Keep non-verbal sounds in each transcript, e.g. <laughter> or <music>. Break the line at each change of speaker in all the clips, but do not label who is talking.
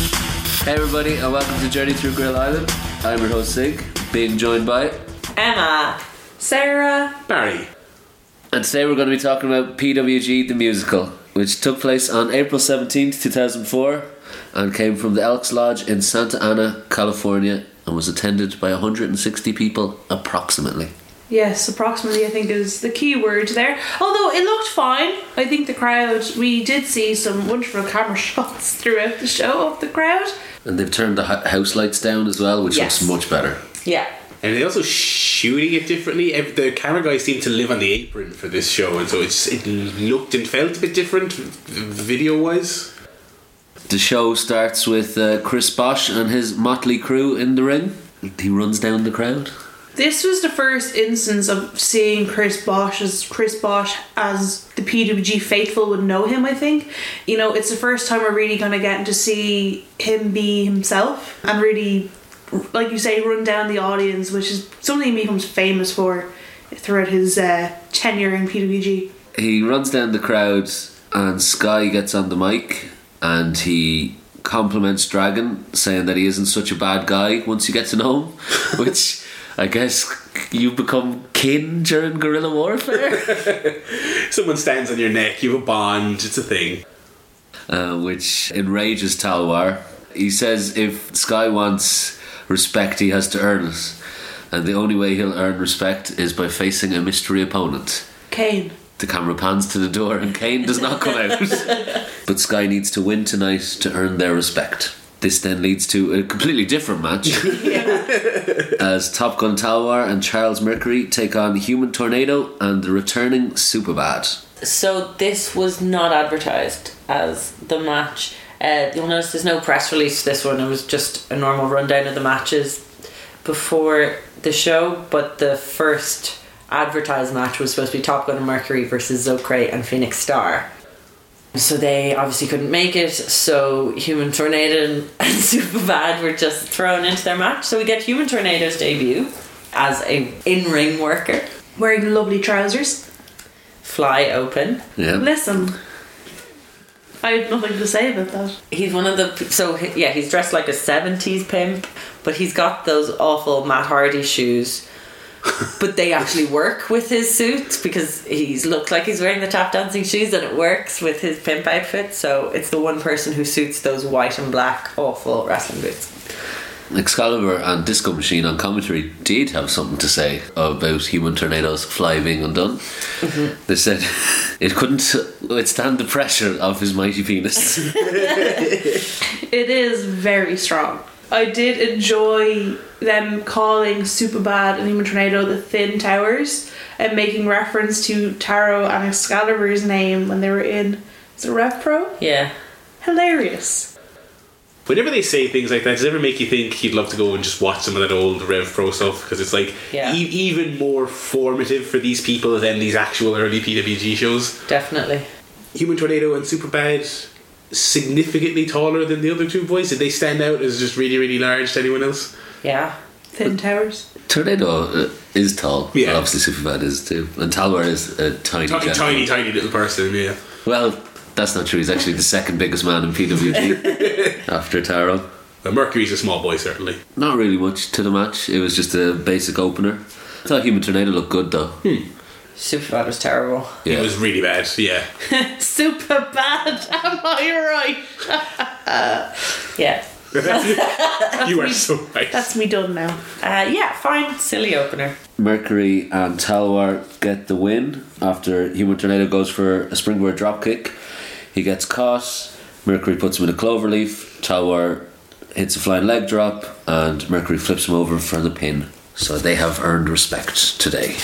Hey everybody, and welcome to Journey Through Grill Island. I'm your host Sig, being joined by,
Emma. Sarah.
Barry.
and today we're going to be talking about PWG the musical, which took place on April seventeenth, two thousand four, and came from the Elks Lodge in Santa Ana, California, and was attended by one hundred and sixty people approximately.
Yes, approximately I think is the key word there. Although it looked fine. I think the crowd, we did see some wonderful camera <laughs> shots throughout the show of the crowd.
And they've turned the hu- house lights down as well, which
Yes.
looks much better.
Yeah.
And they're also shooting it differently. Ev- The camera guys seem to live on the apron for this show, and so it's it looked and felt a bit different video wise.
The show starts with uh, Chris Bosch and his motley crew in the ring. He runs down the crowd.
This was the first instance of seeing Chris Bosch as Chris Bosch as the PWG faithful would know him, I think. You know, it's the first time we're really gonna get to see him be himself and really like you say, run down the audience, which is something he becomes famous for throughout his uh, tenure in PWG.
he runs down the crowd and Sky gets on the mic and he compliments Dragon, saying that he isn't such a bad guy once you get to know him, which I guess you become kin during guerrilla warfare,
Someone stands on your neck, you have a bond, it's a thing.
uh, which enrages Talwar. He says if Sky wants respect, he has to earn it, and the only way he'll earn respect is by facing a mystery opponent.
Kane.
The camera pans to the door and Kane does not come out. but Sky needs to win tonight to earn their respect. This then leads to a completely different match as Top Gun Talwar and Charles Mercury take on Human Tornado and the returning Superbad.
So this was not advertised as the match. Uh, you'll notice there's no press release for this one. It was just a normal rundown of the matches before the show. But the first advertised match was supposed to be Top Gun and Mercury versus Zocre and Phoenix Star. So they obviously couldn't make it. So Human Tornado and <laughs> Superbad were just thrown into their match. So we get Human Tornado's debut as a in-ring worker,
Wearing lovely trousers.
fly open.
Yeah.
Listen. I have nothing to say about that.
He's one of the so he- yeah he's dressed like a seventies pimp, but he's got those awful Matt Hardy shoes. but they actually work with his suit because he's looked like he's wearing the tap dancing shoes and it works with his pimp outfit. So it's the one person who suits those white and black awful wrestling boots.
Excalibur and Disco Machine on commentary did have something to say about Human Tornado's fly being undone. They said <laughs> it couldn't withstand the pressure of his mighty penis.
It is very strong. I did enjoy them calling Superbad and Human Tornado the Thin Towers and making reference to Taro and Excalibur's name when they were in is it Rev Pro?
Yeah,
Hilarious.
Whenever they say things like that, does it ever make you think you'd love to go and just watch some of that old Rev Pro stuff? Because it's like
Yeah.
e- even more formative for these people than these actual early PWG shows.
definitely.
Human Tornado and Superbad significantly taller than the other two boys. Did they stand out as just really, really large to anyone else?
Yeah,
Thin Towers.
Tornado uh, is tall.
Yeah.
Well, obviously, Superbad is too. And Talwar is a tiny,
Tiny,
gentleman.
tiny, tiny little person, yeah.
Well, that's not true. He's actually the second biggest man in PWG
<laughs>
after Taro.
Well, Mercury's a small boy, certainly.
Not really much to the match. It was just a basic opener. I thought Human Tornado looked good though.
Superbad was terrible.
Yeah.
It was really bad, yeah.
Superbad, <laughs> am I right?
Yeah,
you are so right.
That's me done now.
uh, yeah, fine, silly opener.
Mercury and Talwar get the win after Human Tornado goes for a springboard dropkick. He gets caught. Mercury puts him in a clover leaf. Talwar hits a flying leg drop, and Mercury flips him over for the pin. So they have earned respect today.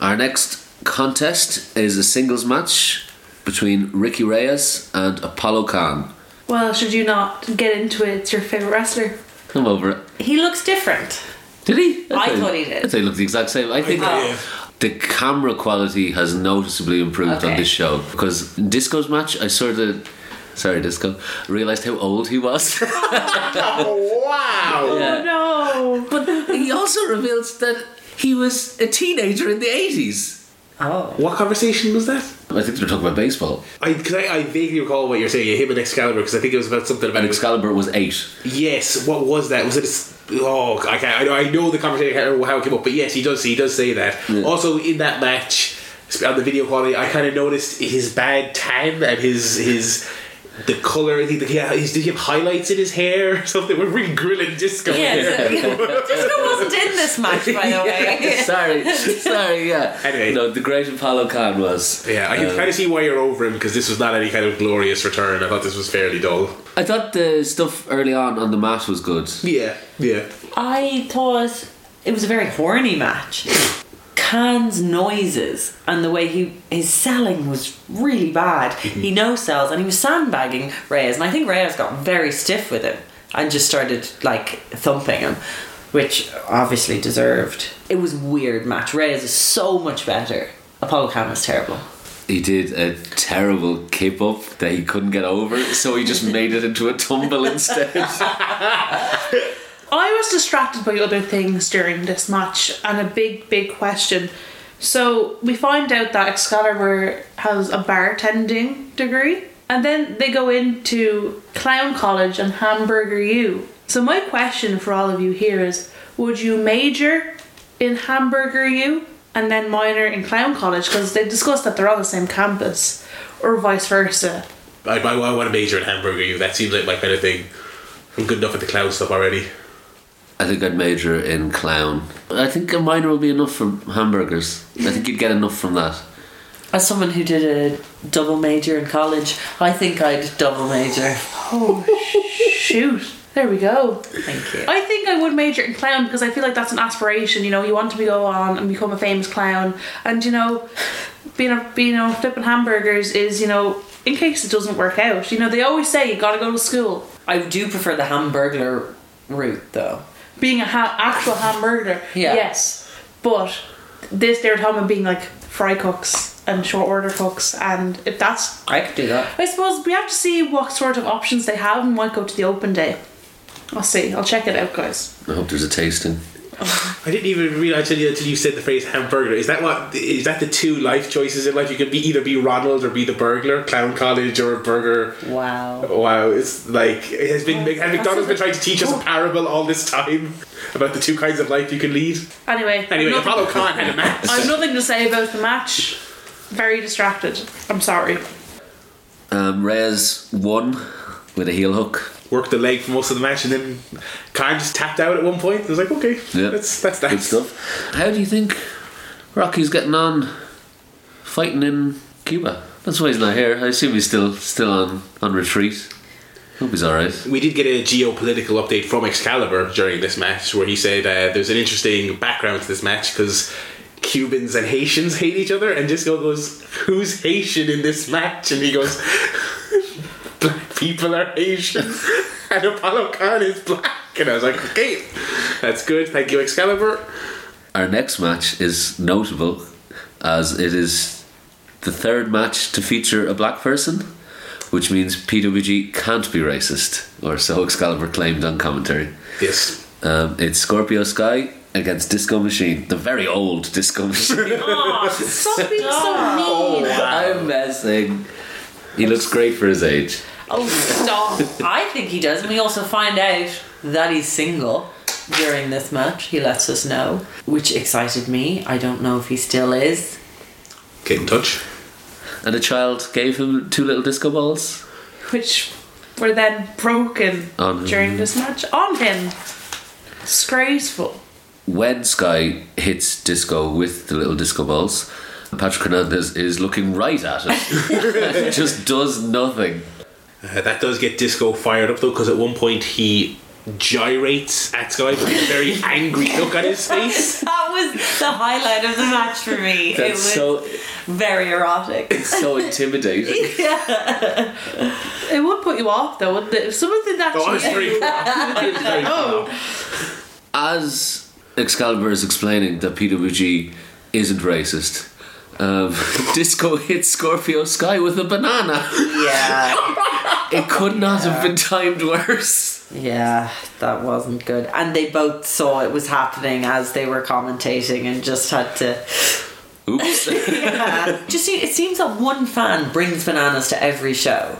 Our next contest is a singles match between Ricky Reyes and Apollo Khan.
Well, should you not get into it? It's your favourite wrestler.
Come over it.
He looks different.
Did he?
I
think-
thought he did.
I think he looked the exact same. I think
yeah.
the camera quality has noticeably improved on
Okay.
this show because in Disco's match, I sort of. Sorry, Disco. Realised how old he was. <laughs>
Oh, wow!
Yeah.
No.
but he also reveals that he was a teenager in the 80s.
Oh.
What conversation was that?
I think they're talking about baseball.
I, cause I, I vaguely recall what you're saying. Him and Excalibur, because I think it was about something about
And Excalibur was eight.
Yes, what was that? Was it? A, s- oh, I can't. I know, I know the conversation. I can't remember how it came up, but yes, he does. He does say that. Also, in that match, sp- on the video quality, I kind of noticed his bad tan and his his the color. I think that he had, he's, did he have highlights in his hair or <laughs> something? We're really grilling disco
Yeah,
here.
so- <laughs> Disco wasn't in this match, by the way. <laughs>
sorry, sorry, yeah.
Anyway.
No, the great Apollo Khan was.
Yeah, I can
Um,
kind of see why you're over him because this was not any kind of glorious return. I thought this was fairly dull.
I thought the stuff early on on the mat was good.
Yeah, yeah.
I thought it was a very horny match. Khan's noises and the way he his selling was really bad. He no sells and he was sandbagging Reyes, and I think Reyes got very stiff with him and just started like thumping him, which obviously deserved. It was a weird match. Reyes is so much better. Apollo Khan was terrible.
He did a terrible kip up that he couldn't get over, so he just made it into a tumble instead.
I was distracted by other things during this match, and a big, big question. So we find out that Excalibur has a bartending degree, and then they go into Clown College and Hamburger U. So my question for all of you here is: Would you major in Hamburger U and then minor in Clown College because they discussed that they're on the same campus, or vice versa?
I, I, I want to major in hamburger. You. That seems like my kind of thing. I'm good enough at the clown stuff already.
<laughs> I think I'd major in clown. I think a minor will be enough for hamburgers. I think you'd get enough from that.
As someone who did a double major in college, I think I'd double major.
Oh shoot! There we go.
Thank you.
I think I would major in clown because I feel like that's an aspiration. You know, you want to be go on and become a famous clown, and you know, being a being on flipping hamburgers is you know, in case it doesn't work out. You know, they always say you gotta go to school.
I do prefer the hamburger route though.
Being a ha- actual hamburger,
Yeah.
yes, but this they're talking about being like fry cooks and short order cooks, and if that's
I could do that.
I suppose we have to see what sort of options they have and might go to the open day. I'll see. I'll check it out, guys.
I hope there's a tasting.
I didn't even realize until you, until you said the phrase hamburger. Is that what is that the two life choices in life? You could be either be Ronald or be the burglar, clown college or a burger.
Oh.
Wow.
Wow, it's like it has been. Has McDonald's been
That's-
trying to teach us a parable all this time about the two kinds of life you can lead?
Anyway,
Anyway,
nothing-
Apollo Khan <laughs> had a match.
I've nothing to say about the match. Very distracted. I'm sorry.
Um, Reyes won with a heel hook.
Worked the leg for most of the match, and then Khan just tapped out at one point. It was like, okay,
Yeah,
that's that's that.
Good stuff. How do you think Rocky's getting on fighting in Cuba? That's why he's not here. I assume he's still still on, on retreat. Hope he's alright.
We did get a geopolitical update from Excalibur during this match, where he said uh, there's an interesting background to this match because Cubans and Haitians hate each other, and Disco goes, "Who's Haitian in this match?" And he goes, <laughs> "Black people are Haitian, <laughs> and Apollo Khan is black." And I was like, "Okay, that's good. Thank you, Excalibur."
Our next match is notable as it is the third match to feature a black person, which means PWG can't be racist, or so <laughs> Excalibur claimed on commentary.
Yes.
Um, it's Scorpio Sky against Disco Machine, the very old Disco <laughs> Machine.
Stop being
Oh,
so mean.
I'm messing. He looks great for his age.
Oh, stop. I think he does. And we also find out that he's single during this match. He lets us know, which excited me. I don't know if he still is.
Get in touch.
And a child gave him two little disco balls.
Which were then broken
On him.
during this match on him. Disgraceful.
When Sky hits disco with the little disco balls, Patrick Hernandez is looking right at it. <laughs> Just does nothing.
Uh, that does get Disco fired up though, because at one point he gyrates at Sky with a very angry look on his face.
That was the highlight of the match for me. it
That's
was
so
very erotic.
so intimidating.
It would put you off though, wouldn't it? If someone did that
Oh, I was
to you,
very put off. I was very put
Oh.
off.
As Excalibur is explaining that PWG isn't racist, um, <laughs> Disco hits Scorpio Sky with a banana.
<laughs> Yeah.
It could not have been timed worse.
Yeah, that wasn't good. And they both saw it was happening as they were commentating and just had to
Oops.
yeah. Just see, it seems that one fan brings bananas to every show.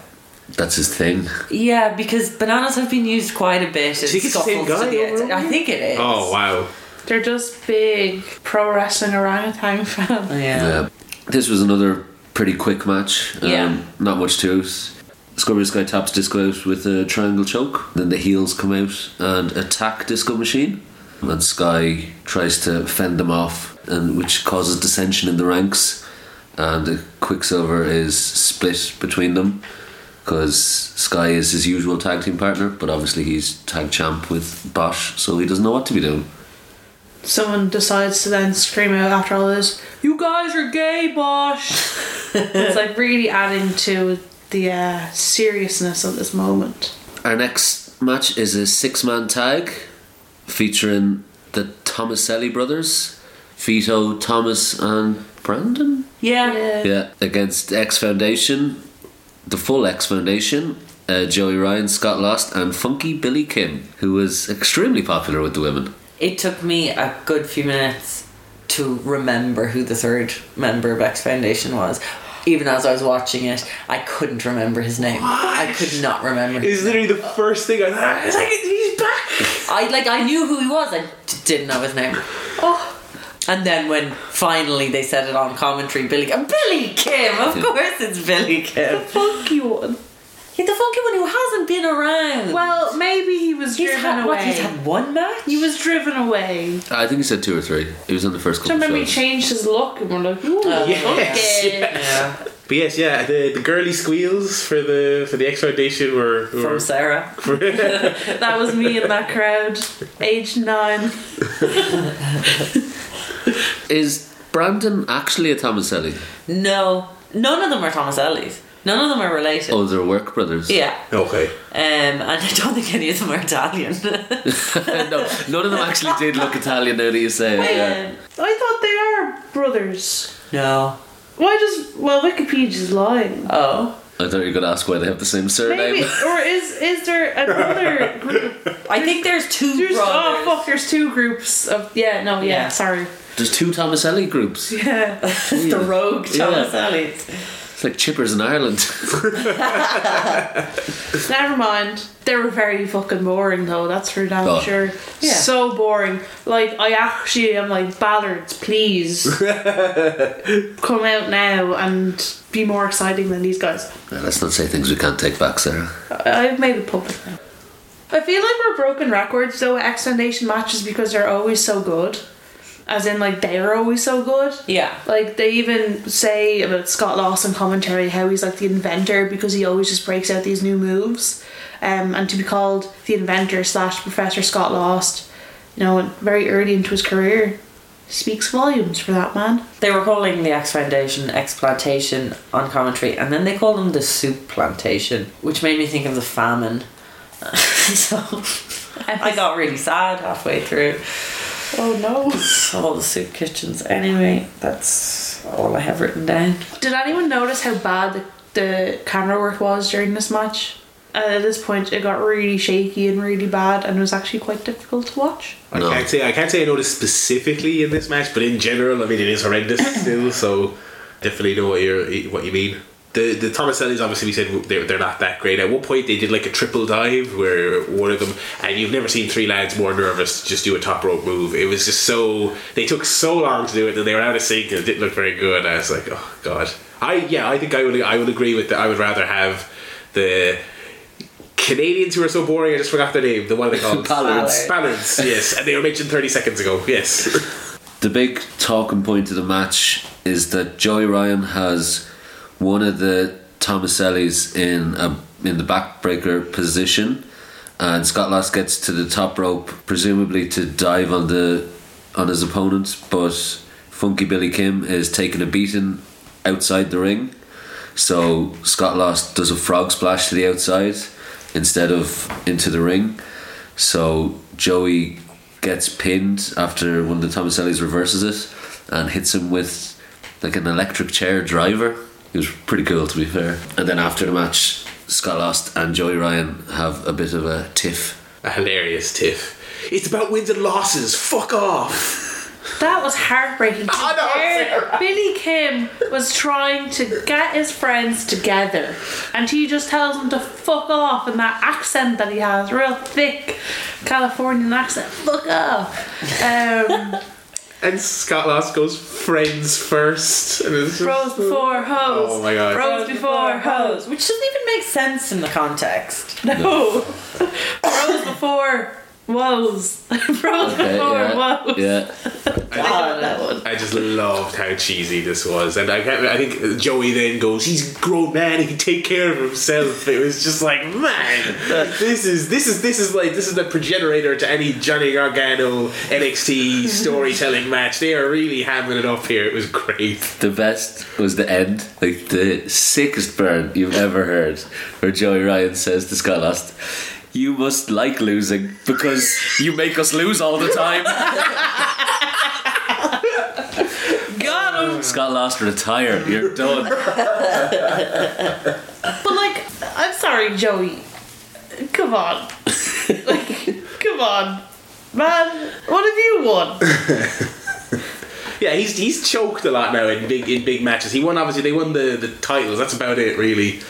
That's his thing.
Yeah, because bananas have been used quite a bit. in
think it's the same
scuffles to
guy
the
over
outside. I think it is.
Oh wow.
They're just big pro wrestling orangutan fans.
Yeah.
Oh, Yeah. This was another pretty quick match. Um,
Yeah.
Not much to it. Scorpio Sky taps Disco out with a triangle choke. Then the heels come out and attack Disco Machine. And Sky tries to fend them off, and which causes dissension in the ranks. And Quicksilver is split between them because Sky is his usual tag team partner, but obviously he's tag champ with Bosch, so he doesn't know what to be doing.
Someone decides to then scream out after all this, "You guys are gay,
<laughs>
Bosh!" it's like really adding to the uh, seriousness of this moment.
Our next match is a six man tag featuring the Tomaselli brothers, Vito, Thomas, and Brandon?
Yeah.
Yeah, against X Foundation, the full X Foundation, uh, Joey Ryan, Scott Lost, and Funky Billy Kim, who was extremely popular with the women.
It took me a good few minutes to remember who the third member of X Foundation was. Even as I was watching it, I couldn't remember his name. I could not remember. His
It's
name.
literally the first thing I thought. It's like he's back.
I like I knew who he was. I d- didn't know his name. Oh. And then when finally they said it on commentary, Billy Billy Kim. Of course, it's Billy Kim.
Funky one.
He's the funky one who hasn't been around.
Well, maybe he was
he's
driven
had
away.
what? He's had one match.
he was driven away.
I think he said two or three. He was on the first
So I
couple
remember he
of shows.
changed his look and we're like, ooh,
Oh,
Yes.
okay.
yeah.
But yes, yeah, the, the girly squeals for the for the X Foundation were,
from
were
Sarah.
That was me in that crowd, age nine.
Is Brandon actually a Tomaselli?
No, none of them are Thomas Ellie's. None of them are related.
Oh, they're work brothers.
Yeah,
okay.
um, and I don't think any of them are Italian.
<laughs>
<laughs>
no, none of them actually did look Italian now that you say it. Yeah.
Um, I thought they are brothers.
no.
Why does well Wikipedia's lying?
Oh,
I thought you were going to ask why they have the same surname.
Maybe or is is there another group?
I think there's two
There's oh
brothers.
fuck, there's two groups of yeah no yeah,
Yeah.
sorry
There's two Tomaselli groups.
yeah
the rogue
Yeah.
Thomas Ellie's.
It's like chippers in Ireland.
never mind. They were very fucking boring though. That's for damn
Oh.
sure.
Yeah.
So boring. Like I actually am like Ballards, please come out now and be more exciting than these guys.
No, let's not say things we can't take back, Sarah.
I- I've made it public now. I feel like we're broken records though with X Foundation matches because they're always so good. As in, like, they are always so good.
Yeah.
Like, they even say about Scott Lawson commentary how he's like the inventor because he always just breaks out these new moves. Um, and to be called the inventor slash Professor Scott Lost, you know, very early into his career speaks volumes for that man.
They were calling the X Foundation X Plantation on commentary, and then they called them the Soup Plantation, which made me think of the famine. <laughs> so I got really sad halfway through.
Oh no.
All the soup kitchens. Anyway, that's all I have written down.
Did anyone notice how bad the, the camera work was during this match? Uh, at this point, it got really shaky and really bad, and it was actually quite difficult to watch.
I
No.
can't say I can't say I noticed specifically in this match, but in general, I mean it is horrendous still. So definitely know what you what you mean. The the Tomasellis obviously we said they're, they're not that great. At one point they did like a triple dive where one of them and you've never seen three lads more nervous just do a top rope move. It was just so they took so long to do it that they were out of sync and it didn't look very good. I was like, oh god. I yeah I think I would I would agree with that. I would rather have the Canadians who are so boring. I just forgot their name. The one they called
Ballards.
Ballards, yes, and they were mentioned 30 seconds ago, yes.
The big talking point of the match is that Joey Ryan has one of the Tomasellis in a in the backbreaker position, and Scott Last gets to the top rope, presumably to dive on the on his opponent, but Funky Billy Kim is taking a beating outside the ring. So Scott Lost does a frog splash to the outside instead of into the ring. So Joey gets pinned after one of the Tomasellis reverses it and hits him with like an electric chair driver. It was pretty cool to be fair. And then after the match, Scott Lost and Joey Ryan have a bit of a tiff.
A hilarious tiff. It's about wins and losses, fuck off!
That was heartbreaking. to
Oh, no,
hear
Sarah.
Billy Kim was trying to get his friends together, and he just tells them to fuck off in that accent that he has, real thick Californian accent. Fuck off. Um,
And Scott Lost goes friends first. And it's just,
bros before hoes.
Oh my God.
Bros before hoes.
which doesn't even make sense in the context.
No. <laughs> Rose before woes. <laughs> Rose
Okay,
before
Uh, yeah,
woes.
yeah.
I just loved how cheesy this was, and I can't, I think Joey then goes, "He's a grown man; he can take care of himself." It was just like, man, this is this is this is like this is the progenitor to any Johnny Gargano NXT storytelling match. They are really hamming it up here. It was great.
The best was the end, like the sickest burn you've ever heard, where Joey Ryan says to Scott Lost, "You must like losing because you make us lose all the time."
Got him.
Scott Lost, retire. You're done.
But like, I'm sorry, Joey. Come on. <laughs> like, come on. Man, what have you won?
Yeah, he's he's choked a lot now in big in big matches. He won obviously they won the the titles. That's about it really.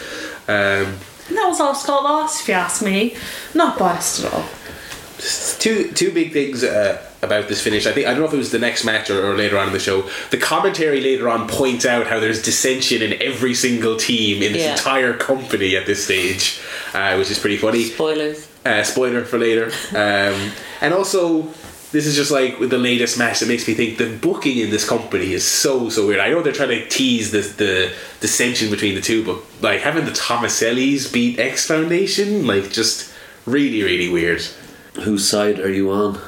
Um,
And that was all Scott lost, if you ask me. Not biased at all.
Two two big things uh, about this finish. I think I don't know if it was the next match or, or later on in the show. The commentary later on points out how there's dissension in every single team in this
Yeah.
entire company at this stage, uh, which is pretty funny.
<laughs> Spoilers.
Uh, spoiler for later. Um, and also, this is just like with the latest match that makes me think the booking in this company is so so weird. I know they're trying to tease this the dissension between the two, but like having the Tomasellis beat X Foundation, like just really really weird.
Whose side are you on,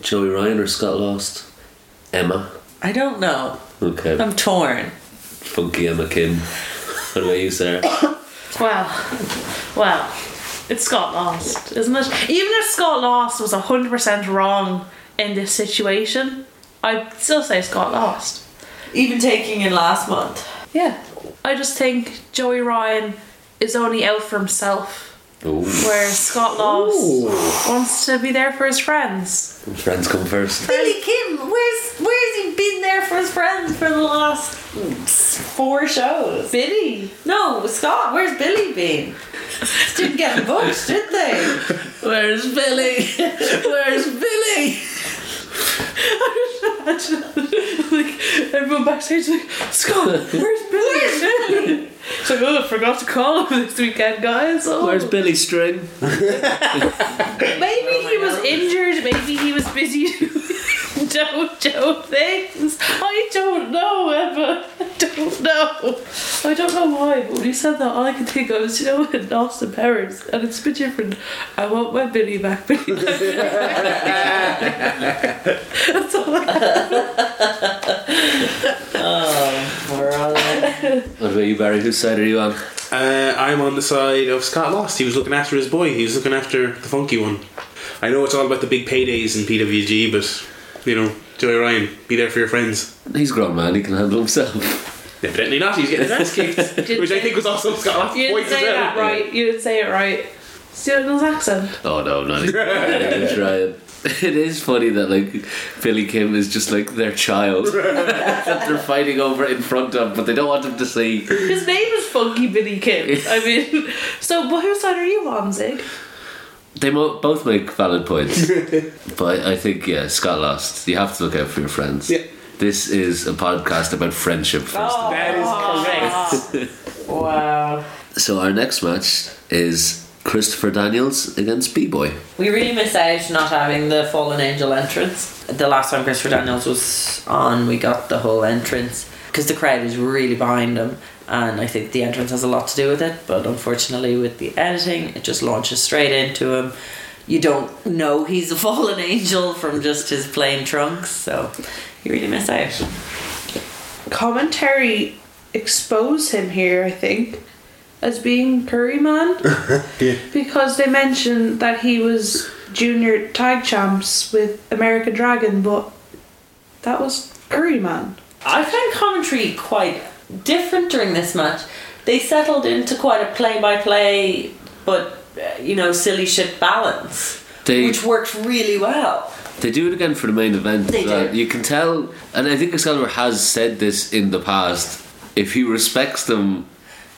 Joey Ryan or Scott Lost? Emma.
I don't know.
Okay.
I'm torn.
Funky Emma Kim. What about you, Sarah?
Well, well, it's Scott Lost, isn't it? Even if Scott Lost was 100% wrong in this situation, I'd still say Scott Lost.
Even taking in last month.
Yeah. I just think Joey Ryan is only out for himself,
Ooh.
where Scott Lost wants to be there for his friends.
Friends come first.
Billy Kim, where's where's he been there for his friends for the last four shows?
Billy!
No, Scott, where's Billy been? Just <laughs> didn't get booked, did they? Where's Billy? <laughs> Where's Billy?
like, everyone backstage is like, Scott, where's Billy? Where's Billy? It's like, oh, I forgot to call him <laughs> this weekend, guys. Oh.
Where's Billy String?
Maybe he
Oh my
was
God.
injured. Maybe he was busy <laughs> doing JoJo things. I don't know, Emma. I don't know. I don't know why, but when you said that, all I could think of was, you know, in Austin Powers, and it's a bit different. I want my Billy back, Billy back. That's all I
We're all in.
What about you, Barry? Whose side are you on?
Uh, I'm on the side of Scott Lost. He was looking after his boy. He was looking after the funky one. I know it's all about the big paydays in PWG, but you know, Joey Ryan, be there for your friends.
He's a grown man. He can handle himself.
Evidently not. He's getting his ass kicked,
<laughs> Didn't
which I
say-
think was also Scott Lost's
You
point
didn't
as
say that
well.
right. You didn't say it right. Steven's accent.
<laughs> Oh no, <laughs> not even It's Ryan. <laughs> It is funny that like Billy Kim is just like their child <laughs> that they're fighting over in front of, but they don't want them to see.
His name is Funky Billy Kim. I mean, <laughs> so, but whose side are you on, Zig?
They mo- both make valid <laughs> points, but I think yeah, Scott lost. You have to look out for your friends.
Yeah.
This is a podcast about friendship first.
That is correct.
<laughs> Wow.
So our next match is Christopher Daniels against B Boy.
We really miss out not having the Fallen Angel entrance. The last time Christopher Daniels was on, we got the whole entrance because the crowd is really behind him, and I think the entrance has a lot to do with it. But unfortunately, with the editing, it just launches straight into him. You don't know he's a <laughs> fallen angel from just his plain trunks, so you really miss out.
commentary expose him here, I think, as being Curry Man. Because they mentioned that he was junior tag champs with American Dragon, but that was Curry Man.
I found commentary quite different during this match. They settled into quite a play by play, but uh, you know, silly shit balance,
They-
which worked really well.
They do it again for the main event.
They
as well.
do.
You can tell, and I think Excalibur has said this in the past. If he respects them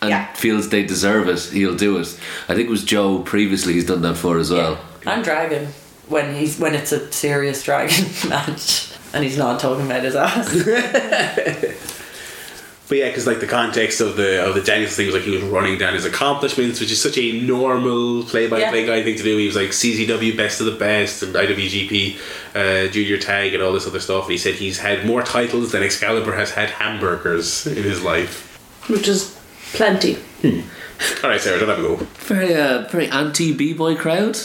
and
Yeah.
feels they deserve it, he'll do it. I think it was Joe previously. He's done that for as well.
I'm dragon when he's when it's a serious dragon <laughs> match and he's not talking about his ass.
But yeah, because like the context of the of the Daniels thing was like he was running down his accomplishments, which is such a normal play by play
Yeah.
guy thing to do. He was like CZW best of the best and IWGP uh, junior tag and all this other stuff. And he said he's had more titles than Excalibur has had hamburgers in his life.
<laughs> which is plenty.
All right, Sarah, don't have a go.
Very, uh, very anti b boy crowd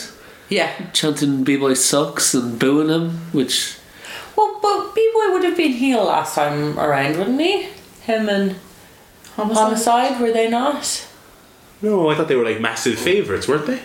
yeah.
chanting b boy sucks and booing him, which
Well, but B Boy would have been heel last time around, wouldn't he? Him and Homicide, were they not?
No, I thought they were like massive favorites, weren't they?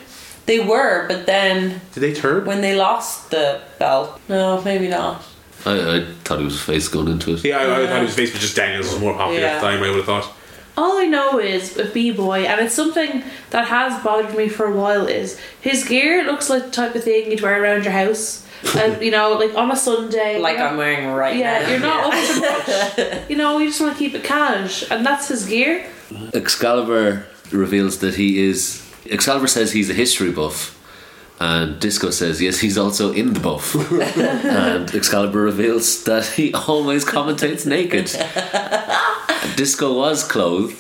They were, but then
Did they turn?
when they lost the belt, no, maybe not.
I, I thought he was face going into it.
yeah, I, I thought it was Facebook, just Daniels was more popular at the
Yeah.
time. I would have thought.
All I know is with B Boy, and it's something that has bothered me for a while, is his gear looks like the type of thing you'd wear around your house. And you know, like on a Sunday.
Like
you're
I'm wearing right
Yeah,
now.
you're not up to much. You know, you just want to keep it cash, and that's his gear.
Excalibur reveals that he is. Excalibur says he's a history buff, and Disco says yes, he's also in the buff. and Excalibur reveals that he always commentates naked. Disco was clothed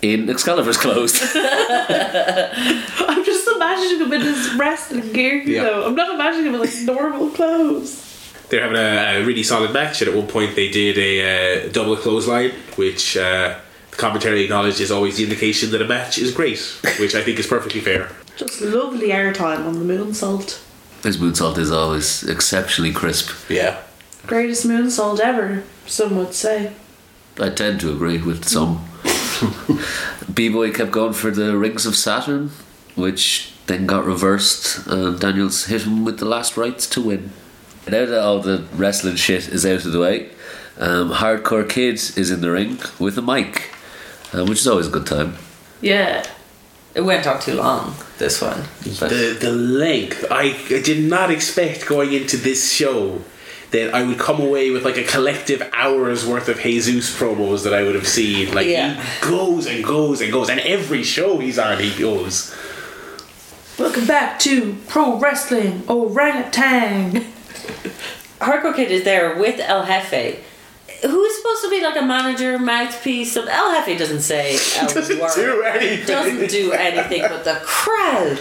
in Excalibur's clothes.
I'm just imagining him in his wrestling gear,
Yeah.
though. I'm not imagining him in like normal clothes.
they're having a, a really solid match, and at one point they did a uh, double clothesline, which uh, the commentary acknowledged is always the indication that a match is great, which I think is perfectly fair.
Just lovely airtime on the moonsault.
His moonsault is always exceptionally crisp.
Yeah.
Greatest moonsault ever, some would say.
I tend to agree with <laughs> some. B Boy kept going for the Rings of Saturn, which then got reversed, and Daniels hit him with the last rights to win. Now that all the wrestling shit is out of the way, um, Hardcore Kid is in the ring with a mic, uh, which is always a good time.
Yeah.
It went on too long, this one. But
The, the length. I, I did not expect going into this show that I would come away with like a collective hour's worth of Jesus promos that I would have seen. Like,
Yeah.
he goes and goes and goes, and every show he's on, he goes.
Welcome back to Pro Wrestling Orangutan.
Hardcore Kid is there with El Jefe. Who's supposed to be like a manager, mouthpiece? Of El Jefe
<laughs>
doesn't say a
Doesn't <laughs>
word.
do anything.
doesn't do anything, but the crowd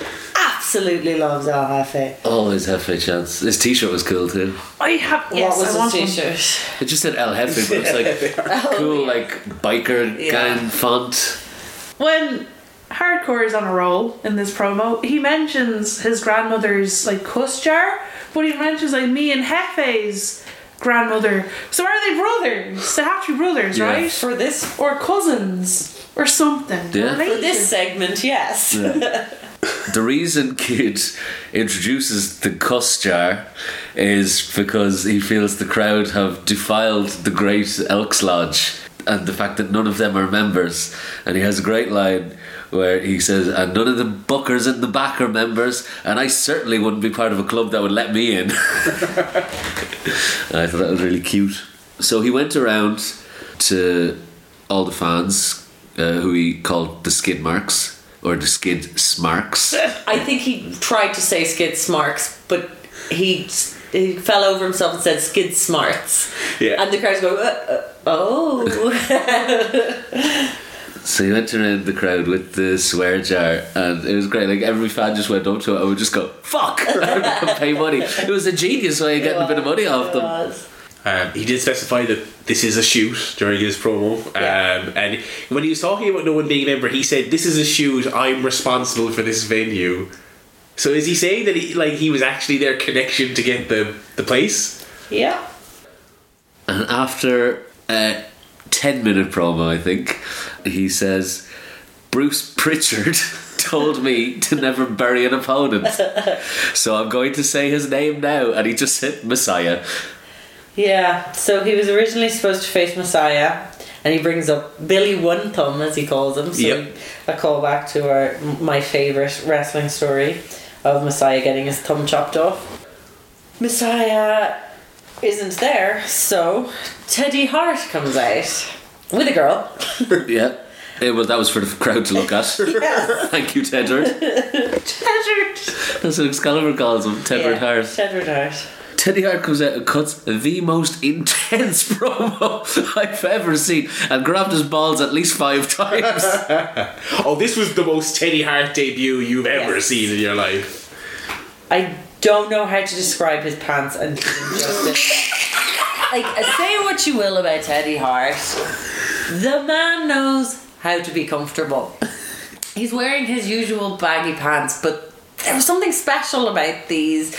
absolutely loves El Jefe.
Always have a chance. His t shirt was cool too.
I have yes, I
what
want
was his
one.
t-shirt?
It just said El Jefe, but it's <laughs> like cool, like biker
Yeah.
gang font.
When Hardcore is on a roll in this promo, he mentions his grandmother's like cuss jar, but he mentions like me and Hefe's grandmother. So are they brothers? They have to be brothers,
Yeah.
right?
For this,
Or cousins. Or something.
Yeah. For
for this segment, yes.
The reason Kid introduces the cuss jar is because he feels the crowd have defiled the great Elks Lodge and the fact that none of them are members. And he has a great line where he says, And none of the buckers in the back are members, and I certainly wouldn't be part of a club that would let me in. <laughs> And I thought that was really cute. So he went around to all the fans uh, who he called the skid marks or the skid smarks.
I think he tried to say skid smarks, but he, he fell over himself and said skid smarts.
Yeah.
And the crowd's going, uh, uh, oh.
So he went around the crowd with the swear jar, and it was great. Like every fan just went up to it and would just go "fuck" <laughs> and pay money. It was a genius way of getting <laughs> a bit of money off
It
them.
was.
Um, he did specify that this is a shoot during his promo,
Yeah.
um, and when he was talking about no one being a member, he said, "This is a shoot. I'm responsible for this venue." So is he saying that he like he was actually their connection to get the the place?
Yeah.
And after a ten-minute promo, I think he says, "Bruce Pritchard <laughs> told me to never bury an opponent, so I'm going to say his name now." And he just said Messiah.
Yeah, so he was originally supposed to face Messiah, and he brings up Billy One Thumb, as he calls him. So
Yep.
a callback to our my favorite wrestling story of Messiah getting his thumb chopped off. Messiah isn't there, so Teddy Hart comes out with a girl.
Yeah. It was, that was for the crowd to look at. Thank you, Tedward.
Tedward.
That's what Excalibur calls him, Tedward
Yeah,
Hart.
Tedward Hart.
Teddy Hart comes out and cuts the most intense <laughs> promo I've ever seen and grabbed his balls at least five <laughs> times.
Oh, this was the most Teddy Hart debut you've ever
Yes.
seen in your life.
I don't know how to describe his pants and his injustice. <laughs> like, uh, say what you will about Teddy Hart, the man knows how to be comfortable. He's wearing his usual baggy pants, but there was something special about these.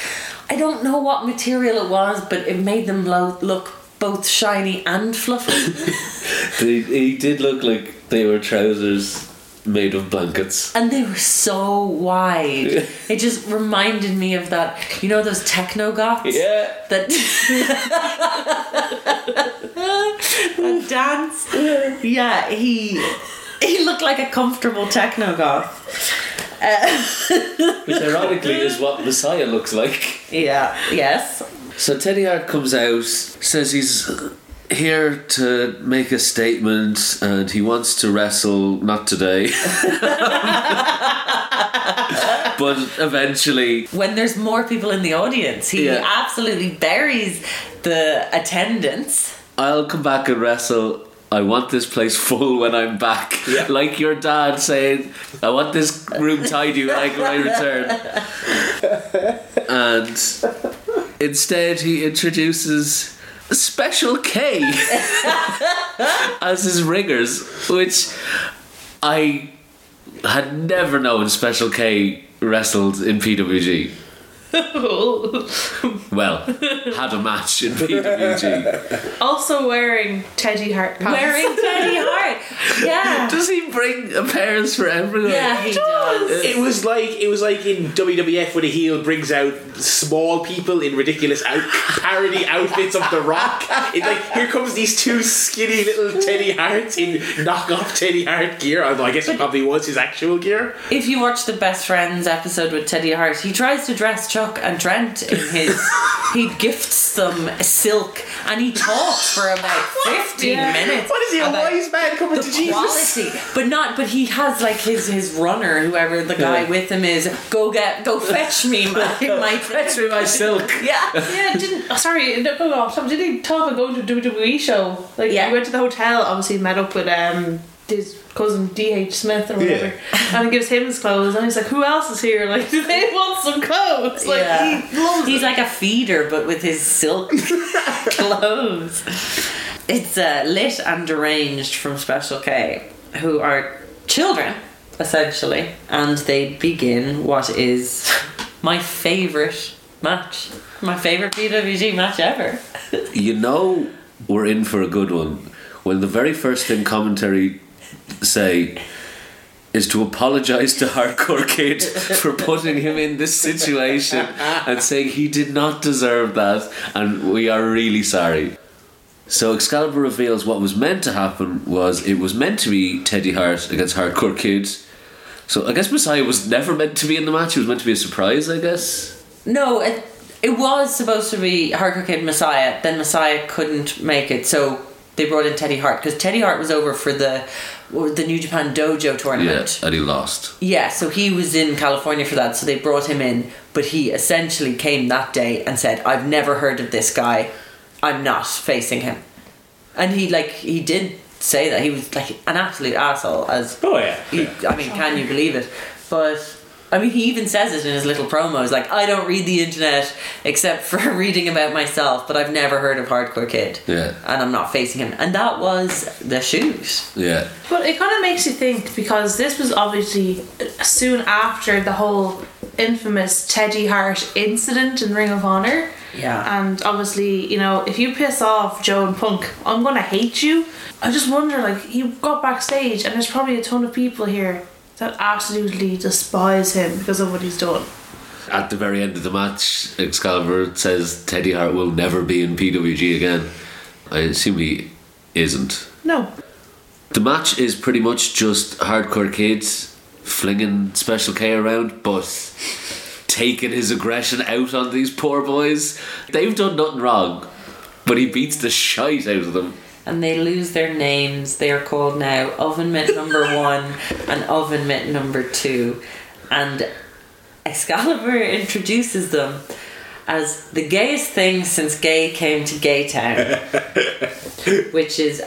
I don't know what material it was, but it made them lo- look both shiny and <laughs> fluffy.
They, he did look like they were trousers made of blankets.
and they were so wide. It just reminded me of that, you know, those techno goths?
Yeah.
<laughs> that that dance. Yeah, he he looked like a comfortable techno goth.
Which ironically is what Messiah looks like.
Yeah. Yes.
So Teddy Hart comes out, says he's here to make a statement and he wants to wrestle, not today. <laughs> but eventually.
When there's more people in the audience, he
Yeah.
absolutely buries the attendance.
I'll come back and wrestle. I want this place <laughs> full when I'm back.
Yeah.
<laughs> Like your dad saying, I want this room tidy when I when I return. and instead, he introduces Special K <laughs> as his ringers, which I had never known Special K wrestled in PWG. Well, had a match in PWG.
<laughs> also wearing Teddy Hart pants.
Wearing Teddy Hart. Yeah. <laughs>
Does he bring appearance for everyone?
Yeah, he does.
It was like it was like in WWF when a heel brings out small people in ridiculous out- parody outfits of The Rock. It's like here comes these two skinny little Teddy Harts in knockoff Teddy Hart gear. Although I guess it probably was his actual gear.
If you watch the Best Friends episode with Teddy Hart, he tries to dress Chuck and Trent in his. he gifts them silk and he talks for about 15
Yeah.
minutes.
What is he, a
about
wise man coming
the
to Jesus?
quality, but not. But he has like his his runner, whoever the guy
Yeah.
with him is. Go get, go fetch me my my
Fetch me my silk.
Yeah,
Yeah, didn't. oh, Sorry, no, no, no, stop. Didn't he talk about going to a WWE E show? Like,
Yeah.
he went to the hotel, obviously met up with um his cousin D.H. Smith or whatever, and he gives him his clothes, and he's like, Who else is here? <laughs> Like, do they want some clothes? Like,
Yeah.
he loves
he's like a feeder, but with his
<laughs>
silk clothes. It's uh, lit and deranged from Special K, who are children essentially, and they begin what is my favorite match, my favorite PWG match ever.
You know we're in for a good one when the very first thing commentary say is to apologize to Hardcore Kid <laughs> for putting him in this situation and saying he did not deserve that and we are really sorry. So Excalibur reveals what was meant to happen was it was meant to be Teddy Hart against Hardcore Kid. So I guess Messiah was never meant to be in the match. It was meant to be a surprise, I guess.
No, it, it was supposed to be Hardcore Kid Messiah. Then Messiah couldn't make it, so they brought in Teddy Hart because Teddy Hart was over for the the New Japan Dojo
Yeah,
tournament.
and he lost.
Yeah, so he was in California for that, so they brought him in, but he essentially came that day and said, I've never heard of this guy, I'm not facing him. And he, like, he did say that. He was, like, an absolute asshole, as.
Oh, yeah.
You- I mean, can you believe it? But. I mean, he even says it in his little promos, like, I don't read the internet except <laughs> for reading about myself, but I've never heard of Hardcore Kid.
Yeah.
And I'm not facing him. And that was the shoot.
Yeah.
But it kind of makes you think because this was obviously uh, soon after the whole infamous Teddy Hart incident in Ring of Honor.
Yeah.
And obviously, you know, if you piss off Joe and Punk, I'm gonna hate you. I just wonder, like, you got backstage and there's probably a ton of people here that absolutely despise him because of what he's done.
At the very end of the match, Excalibur says Teddy Hart will never be in PWG again. I assume he isn't.
No.
The match is pretty much just hardcore kids flinging Special K around, but taking his aggression out on these poor boys. They've done nothing wrong, but he beats the shite out of them.
and they lose their names. They are called now Oven Mitt Number
<laughs>
One and Oven Mitt Number Two, and Excalibur introduces them as the gayest thing since gay came to
<laughs>
Gay Town, which is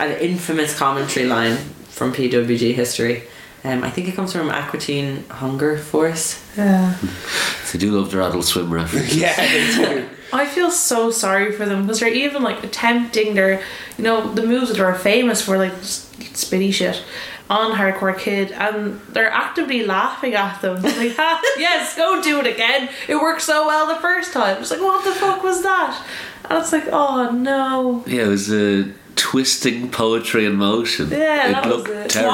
an infamous commentary line from PWG history. Um, I think it comes from Aquatine Hunger Force.
Yeah.
They do love their adult swim reference. <laughs>
Yeah, they do.
I feel so sorry for them because they're even like attempting their, you know, the moves that are famous for like s- spitty shit on Hardcore Kid, and they're actively laughing at them. Like,
<laughs>
"Ha, yes, go do it again. It worked so well the first time. It's like, what the fuck was that? And it's like, oh no.
Yeah, it was a twisting poetry in motion.
Yeah,
it
that was
looked
it.
terrible.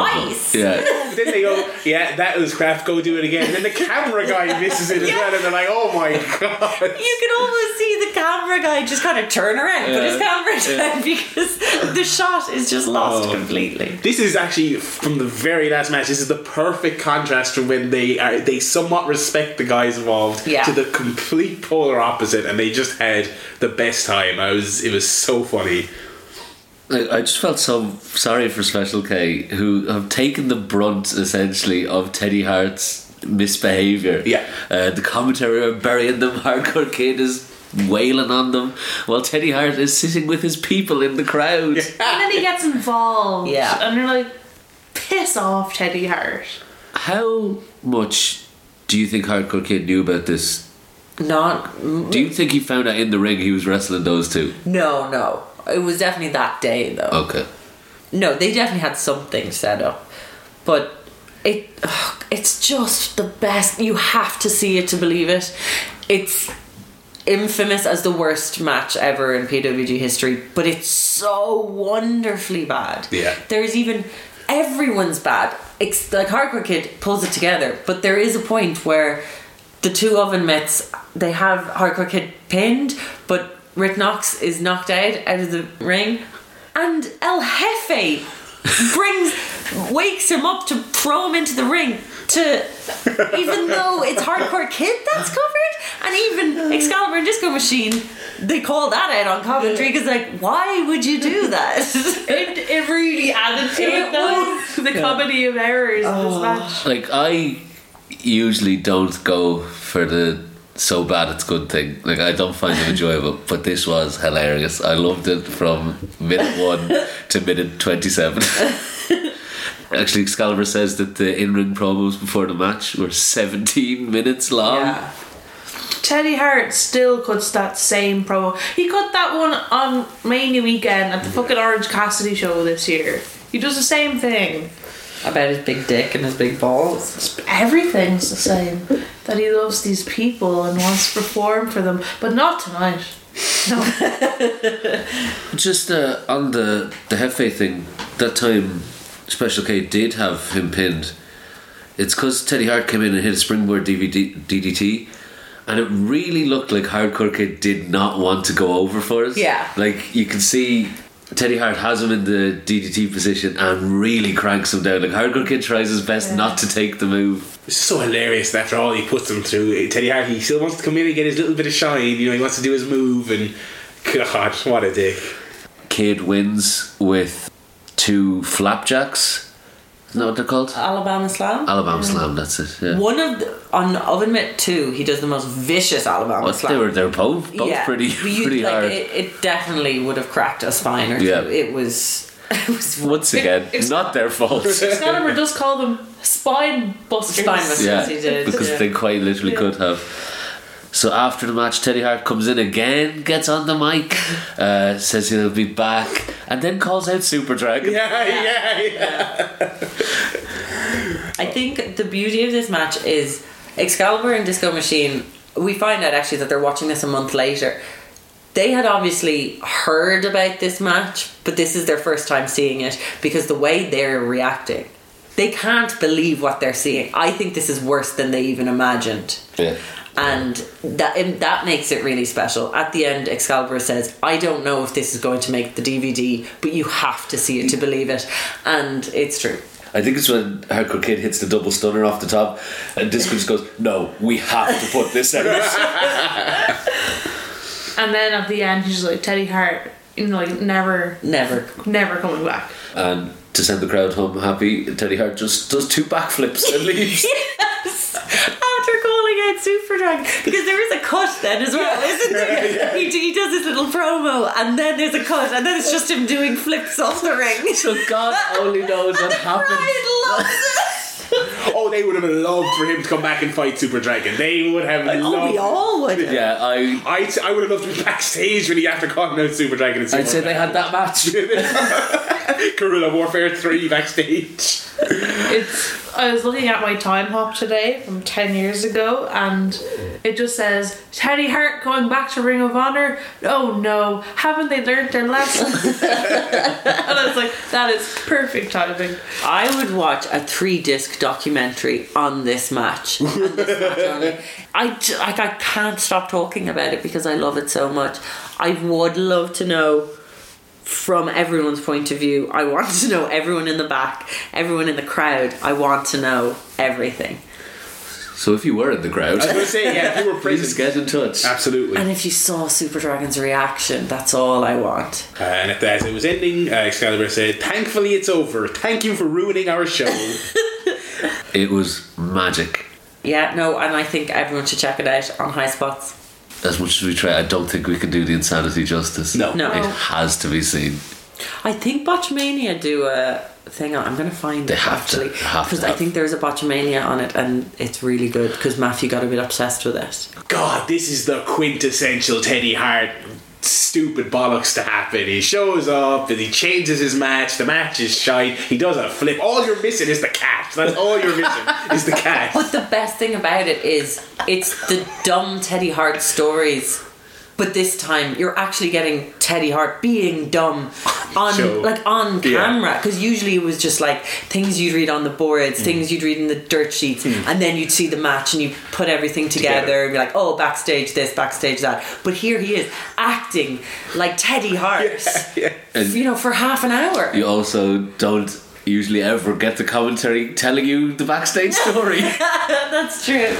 <laughs>
Twice.
Yeah,
then they go, yeah, that was crap. Go do it again. And then the camera guy misses it as well, and they're like, oh my god.
You can almost see the camera guy just kind of turn around, put
Yeah.
his camera down <laughs> because the shot is just lost
Oh.
completely.
This is actually from the very last match. This is the perfect contrast from when they are they somewhat respect the guys involved
Yeah.
to the complete polar opposite, and they just had the best time. I was it was so funny.
like, I just felt so sorry for Special K, who have taken the brunt essentially of Teddy Hart's misbehavior.
Yeah.
uh, the commentary are burying them. <laughs> Hardcore Kid is wailing on them, while Teddy Hart is sitting with his people in the crowd.
And then he gets involved.
Yeah.
And you're like, piss off, Teddy Hart.
How much do you think Hardcore Kid knew about this?
Not
Do you think he found out in the ring he was wrestling those two?
no, no. It was definitely that day though.
Okay.
No, they definitely had something set up, but it ugh, it's just the best. You have to see it to believe it. It's infamous as the worst match ever in PWG history, but it's so wonderfully bad.
Yeah.
There's even everyone's bad. It's like Hardcore Kid pulls it together, but there is a point where the two oven mitts they have Hardcore Kid pinned, but Rick Knox is knocked out out of the ring, and El Jefe brings wakes him up to throw him into the ring to even though it's hardcore kid that's covered and even Excalibur and Disco Machine they call that out on commentary because like why would you do that
<laughs> It, it really added to
It Oh.
it, though. <laughs> The comedy of errors in this match.
Like I usually don't go for the so bad it's good thing. Like I don't find it enjoyable, but this was hilarious. I loved it from minute one to minute twenty-seven. Actually, Excalibur says that the in-ring promos before the match were seventeen minutes long.
yeah
Teddy Hart still cuts that same promo. He cut that one on Mania weekend at the fucking Orange Cassidy show this year. He does the same thing.
about his big dick and his big balls
Everything's the same. That he loves these people and wants to perform for them, but not tonight.
Just uh, on the the Hefe thing, that time Special K did have him pinned. It's because Teddy Hart came in and hit a springboard DVD, DDT, and it really looked like Hardcore Kid did not want to go over for us.
Yeah.
Like, you can see Teddy Hart has him in the DDT position and really cranks him down. Like, Hardcore Kid tries his best not to take the move.
It's so hilarious that after all he puts them through. Teddy Hart he still wants to come in and get his little bit of shine. You know he wants to do his move and God, what a dick. <laughs>
Kid wins with two flapjacks. Isn't that what they're called?
Alabama Slam
Alabama Slam, that's it. Yeah.
Uh, one of the, on Oven Mitt 2 he does the most vicious Alabama
Well,
Slam
they were they were both both pretty
But you-
pretty
like,
hard.
It, it definitely would have cracked a spine or two.
Yeah.
It was. <laughs> It was <laughs>
Once again,
It's-
not their fault.
Excalibur does call them spine busters.
Spine busters.
yeah,
Yes, he did,
because
yeah.
they quite literally
Yeah.
could have. So after the match, Teddy Hart comes in again, gets on the mic, uh, says he'll be back, and then calls out Super Dragon.
Yeah, yeah, yeah.
I think the beauty of this match is Excalibur and Disco Machine. We find out actually that they're watching this a month later. They had obviously heard about this match, but this is their first time seeing it because the way they're reacting, they can't believe what they're seeing. I think this is worse than they even imagined.
Yeah.
and that and that makes it really special. At the end, Excalibur says, "I don't know if this is going to make the DVD, but you have to see it to believe it," and it's true.
I think it's when Hardcore Kid hits the double stunner off the top, and Disco just goes, "No, we have to put this
<laughs>
out."
And then at the end, he's just like Teddy Hart, you know, like never,
Never.
never coming back.
and to send the crowd home happy, Teddy Hart just does two backflips and
<laughs>
leaves.
Yes! After calling out Superdrag. Because there is a cut then as well, isn't there? He, he does his little promo and then there's a cut and then it's just him doing flips off the ring.
so God only knows what happened.
<laughs> I loves it.
Oh, they would have loved for him to come back and fight Super Dragon. They would have
Oh,
loved.
we all would. have.
Yeah, I.
I, t- I would have loved to be backstage when he after calling out Super Dragon. And
I'd say they had that match.
Guerrilla Warfare Three backstage.
It's. I was looking at my time hop today from ten years ago, and it just says Teddy Hart going back to Ring of Honor. Oh no, haven't they learned their lesson? <laughs> and I was like, that is perfect timing.
I would watch a three disc documentary on this match. and this match only. I j- like I can't stop talking about it because I love it so much. I would love to know from everyone's point of view. I want to know everyone in the back, everyone in the crowd. I want to know everything.
<laughs> So if you were in the crowd,
I was gonna say yeah, if you were
please
present.
get in touch.
Absolutely.
And if you saw Super Dragon's reaction, that's all I want.
Uh, and at- as it was ending, uh, Excalibur said, "Thankfully, it's over. Thank you for ruining our show." <laughs>
It was magic.
Yeah, no, and I think everyone should check it out on High Spots.
As much as we try, I don't think we can do the insanity justice.
No.
No.
It has to be seen.
I think Botchmania do a thing on. I'm going to find
They
it
have to-
actually
have to
because I
have-
think there's a Botchmania on it and it's really good because Matthew got a bit obsessed with it.
God, this is the quintessential Teddy Hart stupid bollocks to happen. He shows up and he changes his match. The match is shite. He does a flip. All you're missing is the catch. That's all you're <laughs> missing is the catch.
But the best thing about it is it's the dumb Teddy Hart stories. But this time you're actually getting Teddy Hart being dumb on
Show.
like on
Yeah.
camera because usually it was just like things you'd read on the boards, things you'd read in the dirt sheets, and then you'd see the match and you put everything Mm. together,
Together.
and be like, oh, backstage this, backstage that. But here he is acting like Teddy <laughs> Hart,
And-
you know, for half an hour.
You also don't usually ever get the commentary telling you the backstage story.
That's true.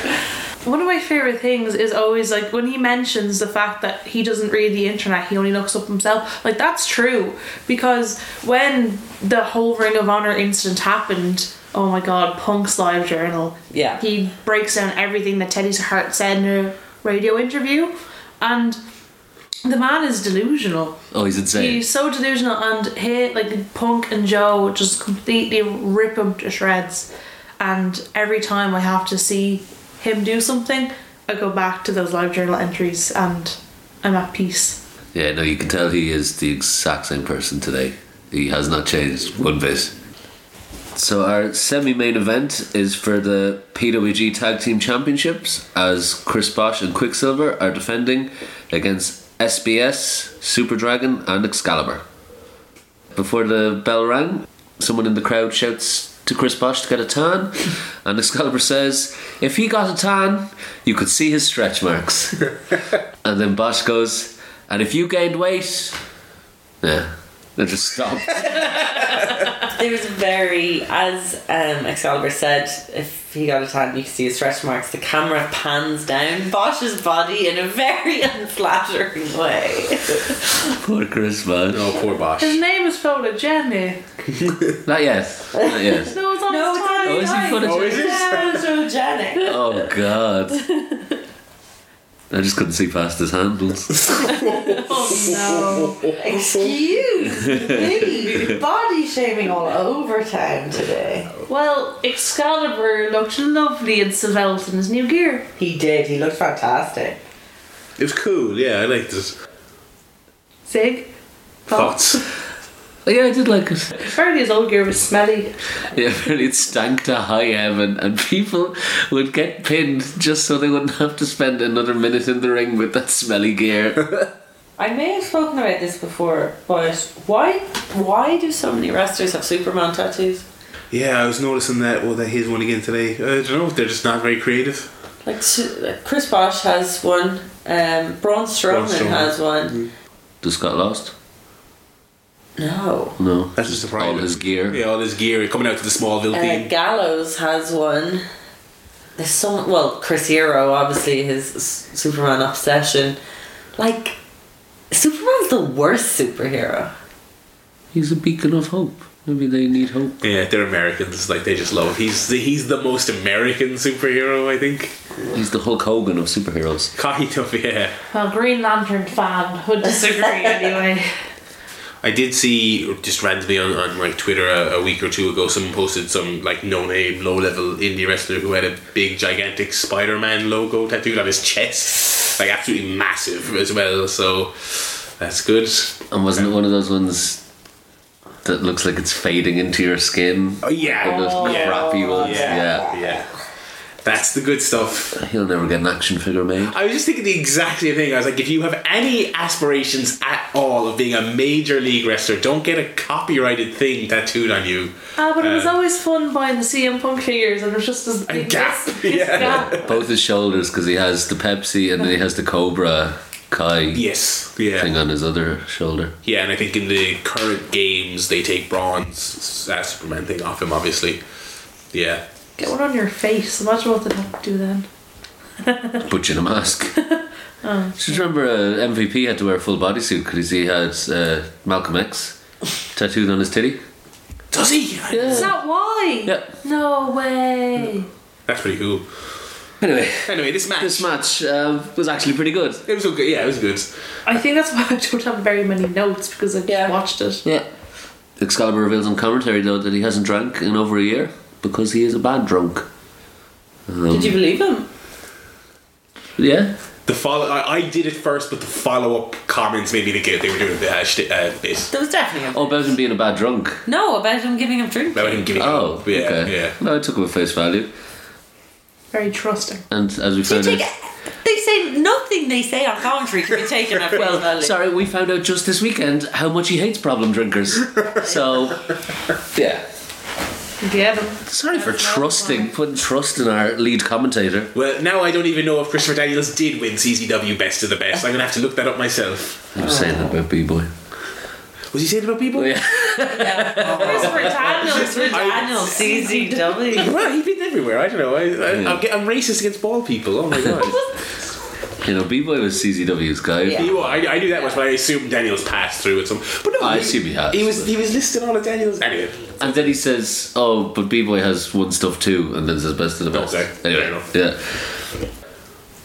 One of my favorite things is always like when he mentions the fact that he doesn't read the internet, he only looks up himself. Like that's true because when the whole Ring of Honor incident happened, oh my god, Punk's live journal.
Yeah.
He breaks down everything that Teddy Hart said in a radio interview and the man is delusional.
oh, he's insane.
He's so delusional, and he like Punk and Joe just completely rip him to shreds. And every time I have to see him do something, I go back to those live journal entries, and I'm at peace.
Yeah, no, you can tell he is the exact same person today. He has not changed one bit. So our semi-main event is for the PWG Tag Team Championships as Chris Bosch and Quicksilver are defending against SBS, Super Dragon, and Excalibur. Before the bell rang, someone in the crowd shouts to Chris Bosch to get a tan, and Excalibur says, "If he got a tan, you could see his stretch marks." And then Bosch goes, and if you gained weight, yeah, they just
<laughs>
stop.
There was very, as um, Excalibur said, if he got a tan, you can see his stretch marks. The camera pans down Bosch's body in a very <laughs> unflattering way.
Poor Chris, man.
Oh, poor Bosh.
His name is Fola Jenny.
Not yet. Not
<laughs>
yet.
No, it's on
No,
his
Oh, is
tie.
it's on
he
Nice.
footage?
is it?
Photogenic.
Oh
<laughs>
God. I just couldn't see past his handles.
Oh no!
Excuse <laughs> me. Body shaming all over town today.
Well, Excalibur looked lovely in Svelton's new gear.
He did. He looked fantastic.
It was cool. Yeah, I liked his
Sig,
thoughts.
Oh, yeah, I did like it.
apparently his old gear was smelly.
Yeah, <laughs> really, it stank to high heaven, and people would get pinned just so they wouldn't have to spend another minute in the ring with that smelly
<laughs>
gear.
I may have spoken about this before, but why why do so many wrestlers have Superman tattoos?
Yeah, I was noticing that. Well, that here's one again today. I don't know. They're just not very creative.
Like s- like, Chris Bosch has one, um, Braun
Braun
Strowman
Strowman.
has one.
just got lost.
No.
No.
That's just surprising.
All his gear.
Yeah, all his gear coming out to the Smallville
Uh,
theme.
Gallows has one. There's so well, Chris Hero, obviously his S- Superman obsession. Like, Superman's the worst superhero.
He's a beacon of hope. Maybe they need hope.
yeah, they're Americans. Like they just love. It. He's the, he's the most American superhero. I think.
He's the Hulk Hogan of superheroes.
Kind of. Yeah.
Well, Green Lantern fan would
<laughs>
disagree anyway.
I did see just randomly on, on like Twitter a, a week or two ago, someone posted some like no name, low level indie wrestler who had a big, gigantic Spider Man logo tattooed on his chest, like absolutely massive as well. So that's good.
And wasn't it one of those ones that looks like it's fading into your skin?
Oh yeah,
One of those
yeah.
crappy ones.
yeah,
Yeah.
yeah. That's the good stuff.
He'll never get an action figure made.
I was just thinking the exact same thing. I was like, if you have any aspirations at all of being a major league wrestler, don't get a copyrighted thing tattooed on you.
Ah, but it was
Uh,
always fun buying the CM Punk figures, and it was just as big as-
gap,
as
yeah.
gap.
Both his shoulders, because he has the Pepsi and then he has the Cobra Kai
Yes. Yeah.
thing on his other shoulder.
Yeah, and I think in the current games they take bronze that Superman thing off him, obviously. Yeah.
Get one on your face. Imagine what they'd have to do then.
Butch in a
<laughs>
mask.
Oh.
Just remember, uh, MVP had to wear a full bodysuit because he had uh, Malcolm
<laughs>
X tattooed on his titty.
Does he?
Is that why?
Yeah.
No way.
That's pretty cool.
Anyway,
Anyway, this match.
this match uh, was actually pretty good.
It was okay. Yeah, it was good.
I think that's why I don't have very many notes because I
Yeah.
just watched it.
Yeah. Excalibur reveals on commentary though that he hasn't drank in over a year because he is a bad drunk.
Did you believe him?
Yeah.
The follow. I, I did it first, but the follow up comments made me think it- they were doing the uh, shti- uh, bit
There was definitely
Oh,
him.
about him being a bad drunk.
No, about him giving him drink.
about him giving.
Oh,
up. yeah,
okay.
yeah.
No, I took him at face value,
Very trusting.
and as we
You
found
take
out,
it. They say nothing. They say on commentary can be taken at well value.
sorry, we found out just this weekend how much he hates problem <laughs> drinkers. so, yeah.
Get him.
Sorry for
That's not
trusting,
fine.
putting trust in our lead commentator.
Well, now I don't even know if Christopher Daniels did win CZW Best of the Best. I'm gonna have to look that up myself.
I'm just saying that about B boy.
Was he saying about people?
Oh yeah.
Christopher Daniels, Christopher
I- <laughs>
Daniels, CZW.
Well, he's been everywhere. I don't know. I, I,
Yeah.
I'm, get- I'm racist against bald people.
<laughs>
Oh my god.
You know, B boy was CZW's guy.
Yeah.
He was. I, I knew that much, but I assumed Daniels passed through with some. But no,
I assume he has,
He was
but-
he was listed on a Daniels. Anyway,
And then he says, "Oh, but B boy has one stuff too," and then says, "Best of the best."
Okay, fair
Anyway,
enough.
yeah.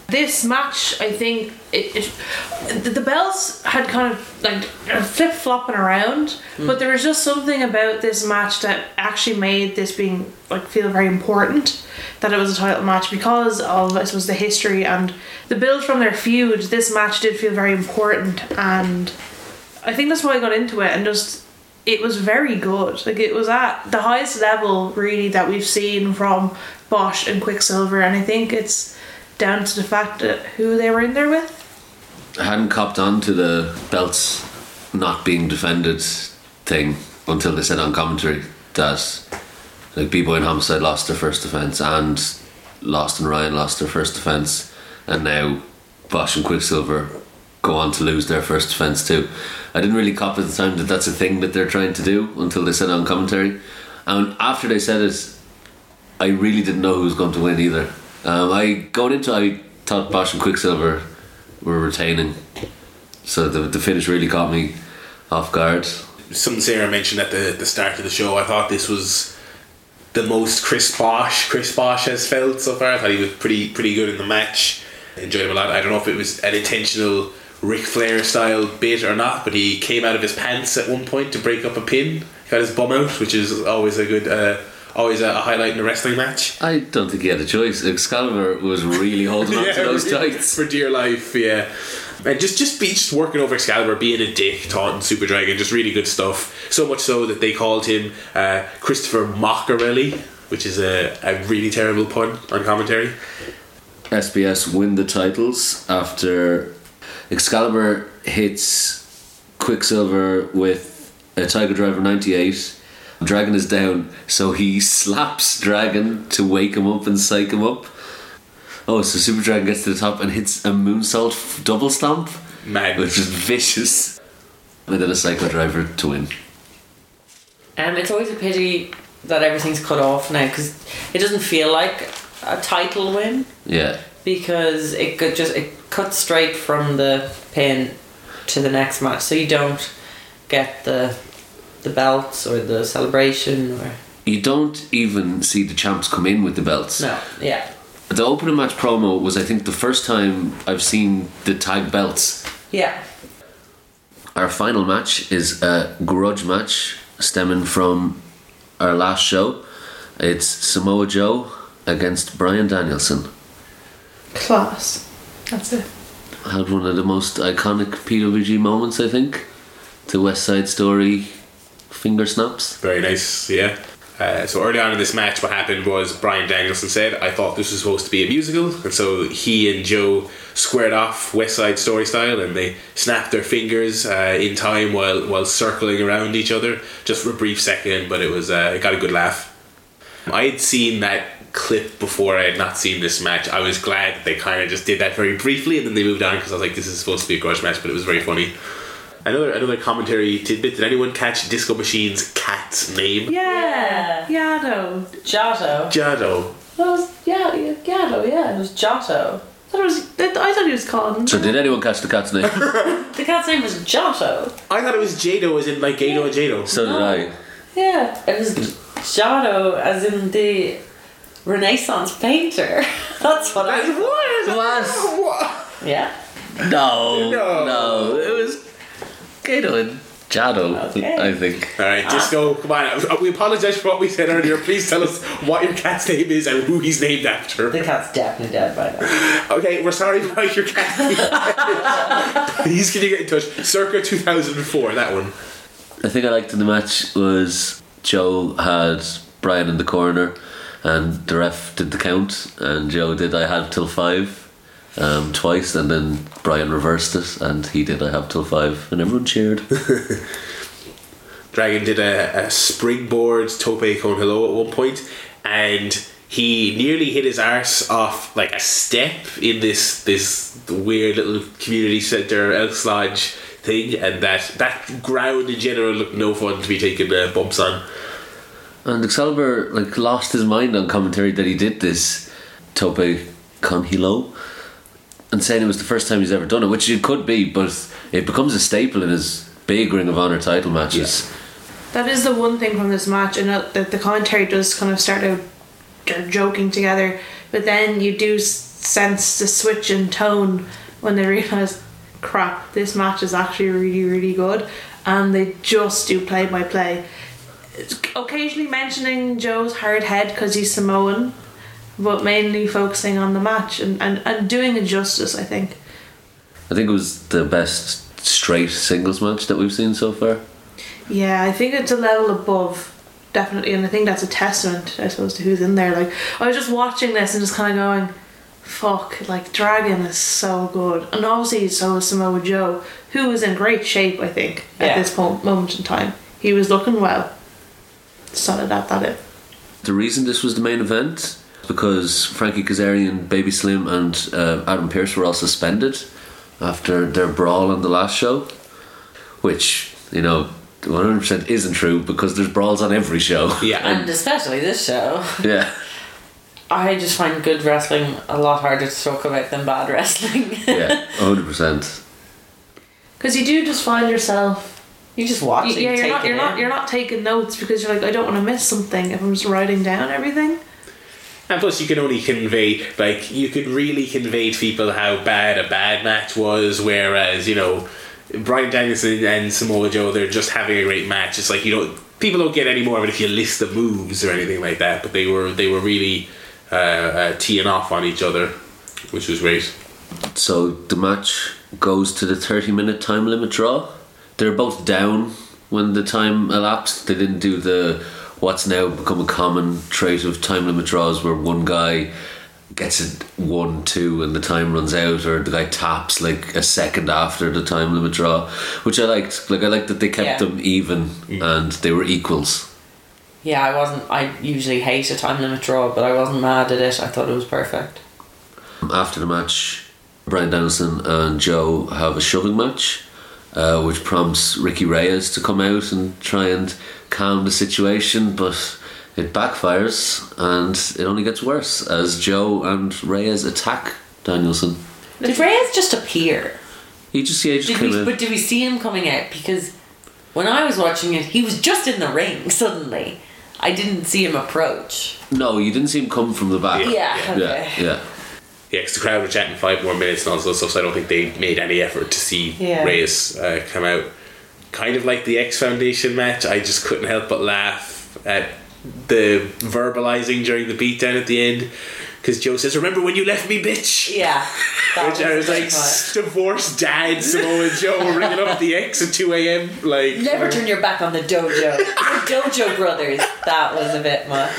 This match, I think, it, it, the, the bells had kind of like flip flopping around, but there was just something about this match that actually made this being like feel very important that it was a title match because of I suppose the history and the build from their feud. This match did feel very important, and I think that's why I got into it and just it was very good. Like it was at the highest level really that we've seen from Bosch and Quicksilver and I think it's down to the fact that who they were in there with.
I hadn't copped on to the belts not being defended thing until they said on commentary that like B Boy and Homicide lost their first defense and Lost and Ryan lost their first defense and now Bosch and Quicksilver go on to lose their first defense too. I didn't really cop at the time that that's a thing that they're trying to do until they said it on commentary. And after they said it, I really didn't know who was going to win either. Um, I going into I thought Bosch and Quicksilver were retaining, so the the finish really caught me off guard.
something Sarah mentioned at the the start of the show. I thought this was the most Chris Bosch Chris Bosch has felt so far. I thought he was pretty pretty good in the match. Enjoyed him a lot. I don't know if it was an intentional Ric Flair style bit or not, but he came out of his pants at one point to break up a pin. Got his bum out, which is always a good, uh, always a, a highlight in a wrestling match.
I don't think he had a choice. Excalibur was really holding on to those
really,
tights.
for dear life. Yeah, and just just be just working over Excalibur, being a dick, taunting Super Dragon, just really good stuff. So much so that they called him uh, Christopher Machiavelli, which is a, a really terrible pun on commentary.
SBS win the titles after Excalibur hits Quicksilver with a Tiger Driver 98. Dragon is down, so he slaps Dragon to wake him up and psych him up. Oh, so Super Dragon gets to the top and hits a moonsault f- double stomp,
Mad.
which is vicious. And then a Psycho Driver to win.
Um, it's always a pity that everything's cut off now because it doesn't feel like a title win
Yeah.
because it could just it cuts straight from the pin to the next match, so you don't get the the belts or the celebration or
You don't even see the champs come in with the belts.
no, yeah,
The opening match promo was, I think, the first time I've seen the tag belts.
yeah.
Our final match is a grudge match stemming from our last show. It's Samoa Joe against Brian Danielson.
Class. That's it.
Had one of the most iconic PWG moments, I think. The West Side Story finger snaps.
Very nice, yeah. Uh, so early on in this match, what happened was Brian Danielson said, "I thought this was supposed to be a musical," and so he and Joe squared off West Side Story style, and they snapped their fingers uh, in time while while circling around each other just for a brief second. But it was uh, it got a good laugh. I had seen that clip before. I had not seen this match. I was glad they kind of just did that very briefly, and then they moved on because I was like, "This is supposed to be a grudge match," but it was very funny. Another another commentary tidbit. Did anyone catch Disco Machine's cat's name?
Yeah. Yaddo.
Um, Giotto.
Jado.
That was yeah, yeah, Giotto. Yeah, it was Giotto.
I thought it was. I thought he was called. him.
So, did anyone catch the cat's
<laughs>
name?
The cat's name was Giotto.
I thought it was Jado, as in like Gato and Jado.
so did I.
Yeah, it was Giotto, as in the Renaissance painter. <laughs> That's what I.
What?
Was.
Yeah.
No.
No.
No. It was Gato and Jado,
Okay.
I think.
All right, Disco. Come on. Uh, We apologize for what we said earlier. Please tell us what your cat's name is and who he's named after.
The cat's definitely dead by now.
Okay, we're sorry about your cat. <laughs> Please, can you get in touch? Circa 2004, that one.
The thing I liked in the match was Joe had Brian in the corner, and the ref did the count, and Joe did I have till five um, twice, and then Brian reversed it, and he did I have till five, and everyone cheered.
Dragon did a, a springboard tope con hello at one point, and he nearly hit his arse off like a step in this this weird little community centre Elks Lodge thing, and that that ground in general looked no fun to be taking uh, bumps on.
and Excalibur like lost his mind on commentary that he did this tope con hilo, and saying it was the first time he's ever done it, which it could be, but it becomes a staple in his big Ring of Honor title matches.
That is the one thing from this match, and that that the commentary does kind of start out j- joking together, but then you do s- sense the switch in tone when they <laughs> realize, crap, this match is actually really, really good, and they just do play by play. Occasionally mentioning Joe's hard head because he's Samoan, but mainly focusing on the match and, and, and doing it justice, I think.
I think it was the best straight singles match that we've seen so far.
Yeah, I think it's a level above, definitely, and I think that's a testament, I suppose, to who's in there. Like, I was just watching this and just kind of going, "Fuck!" Like, Dragon is so good, and obviously so is Samoa Joe, who is in great shape. I think at
Yeah.
this po- moment in time, he was looking well. Solid at that. It.
The reason this was the main event because Frankie Kazarian, Baby Slim, and uh, Adam Pierce were all suspended after their brawl on the last show, which you know. 100% isn't true because there's brawls on every show. <laughs>
Yeah,
And especially this show.
yeah.
I just find good wrestling a lot harder to talk about than bad <laughs> wrestling.
Yeah. 100%.
Because you do just find yourself.
you just watch it.
yeah,
you
you're
take
not.
it
You're not.
in.
You're not taking notes because you're like, I don't want to miss something if I'm just writing down everything.
and plus you can only convey like you could really convey to people how bad a bad match was, whereas you know Brian Danielson and Samoa Joe they're just having a great match. It's like you don't people don't get any more of it if you list the moves or anything like that. But they were they were really uh, uh, teeing off on each other, which was great.
So the match goes to the 30 minute time limit draw. They're both down when the time elapsed. They didn't do the what's now become a common trait of time limit draws where one guy gets it 1 2 and the time runs out, or the guy taps like a second after the time limit draw, which I liked. Like, I liked that they kept
Yeah.
them even and they were equals.
Yeah, I wasn't. I usually hate a time limit draw, but I wasn't mad at it. I thought it was perfect.
After the match, Brian Dennison and Joe have a shoving match. uh, which prompts Ricky Reyes to come out and try and calm the situation, but it backfires and it only gets worse as Joe and Reyes attack Danielson.
Did Reyes just appear?
He just, yeah, he just
Did
came
we,
in.
but did we see him coming out? Because when I was watching it, he was just in the ring <laughs> suddenly. I didn't see him approach.
No, you didn't see him come from the back.
Yeah, okay.
Yeah, yeah.
Yeah, 'cause the crowd were chatting five more minutes and all this other stuff, so I don't think they made any effort to see
Yeah.
Reyes uh, come out. Kind of like the X Foundation match, I just couldn't help but laugh at the verbalizing during the beatdown at the end. Because Joe says, Remember when you left me, bitch? <laughs>
Yeah. that
Which I was like,
what-
divorced dad, Samoa Joe, ringing up the ex at 2 a.m. Like,
Never turn your back on the dojo. The dojo brothers. That was a bit much.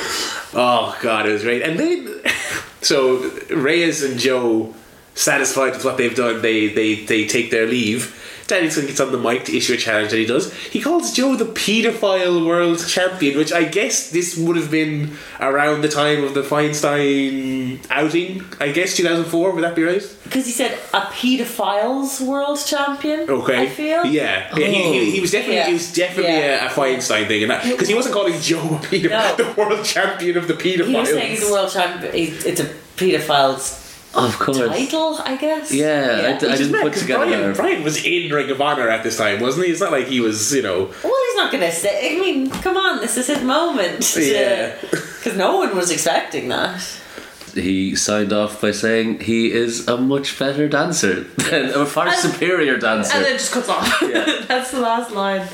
Oh god, it was great. And then <laughs> so Reyes and Joe, satisfied with what they've done, they they they take their leave. Danielson gets on the mic to issue a challenge and he does. He calls Joe the paedophile world champion, which I guess this would have been around the time of the Feinstein outing, I guess 2004, would that be right?
Because he said a pedophiles world champion.
Okay.
I feel. Oh.
Yeah. yeah he, he, he was definitely
Yeah.
it was definitely
Yeah.
a, a Feinstein thing and that because he wasn't calling Joe a pedo- <laughs>
No.
the world champion of the pedophiles.
He was saying he's a world champion. It's a pedophiles
Of course.
title, I guess.
Yeah, I d- I,
Which is
didn't
mad,
put
'cause
together.
Brian, Brian was in Ring of Honor at this time, wasn't he? It's not like he was, you know.
Well, he's not gonna say. I mean, come on, this is his moment.
Yeah.
Because no one was expecting that.
he signed off by saying he is a much better dancer <laughs> than a far superior dancer.
And then it just cuts off. <laughs> That's the last line.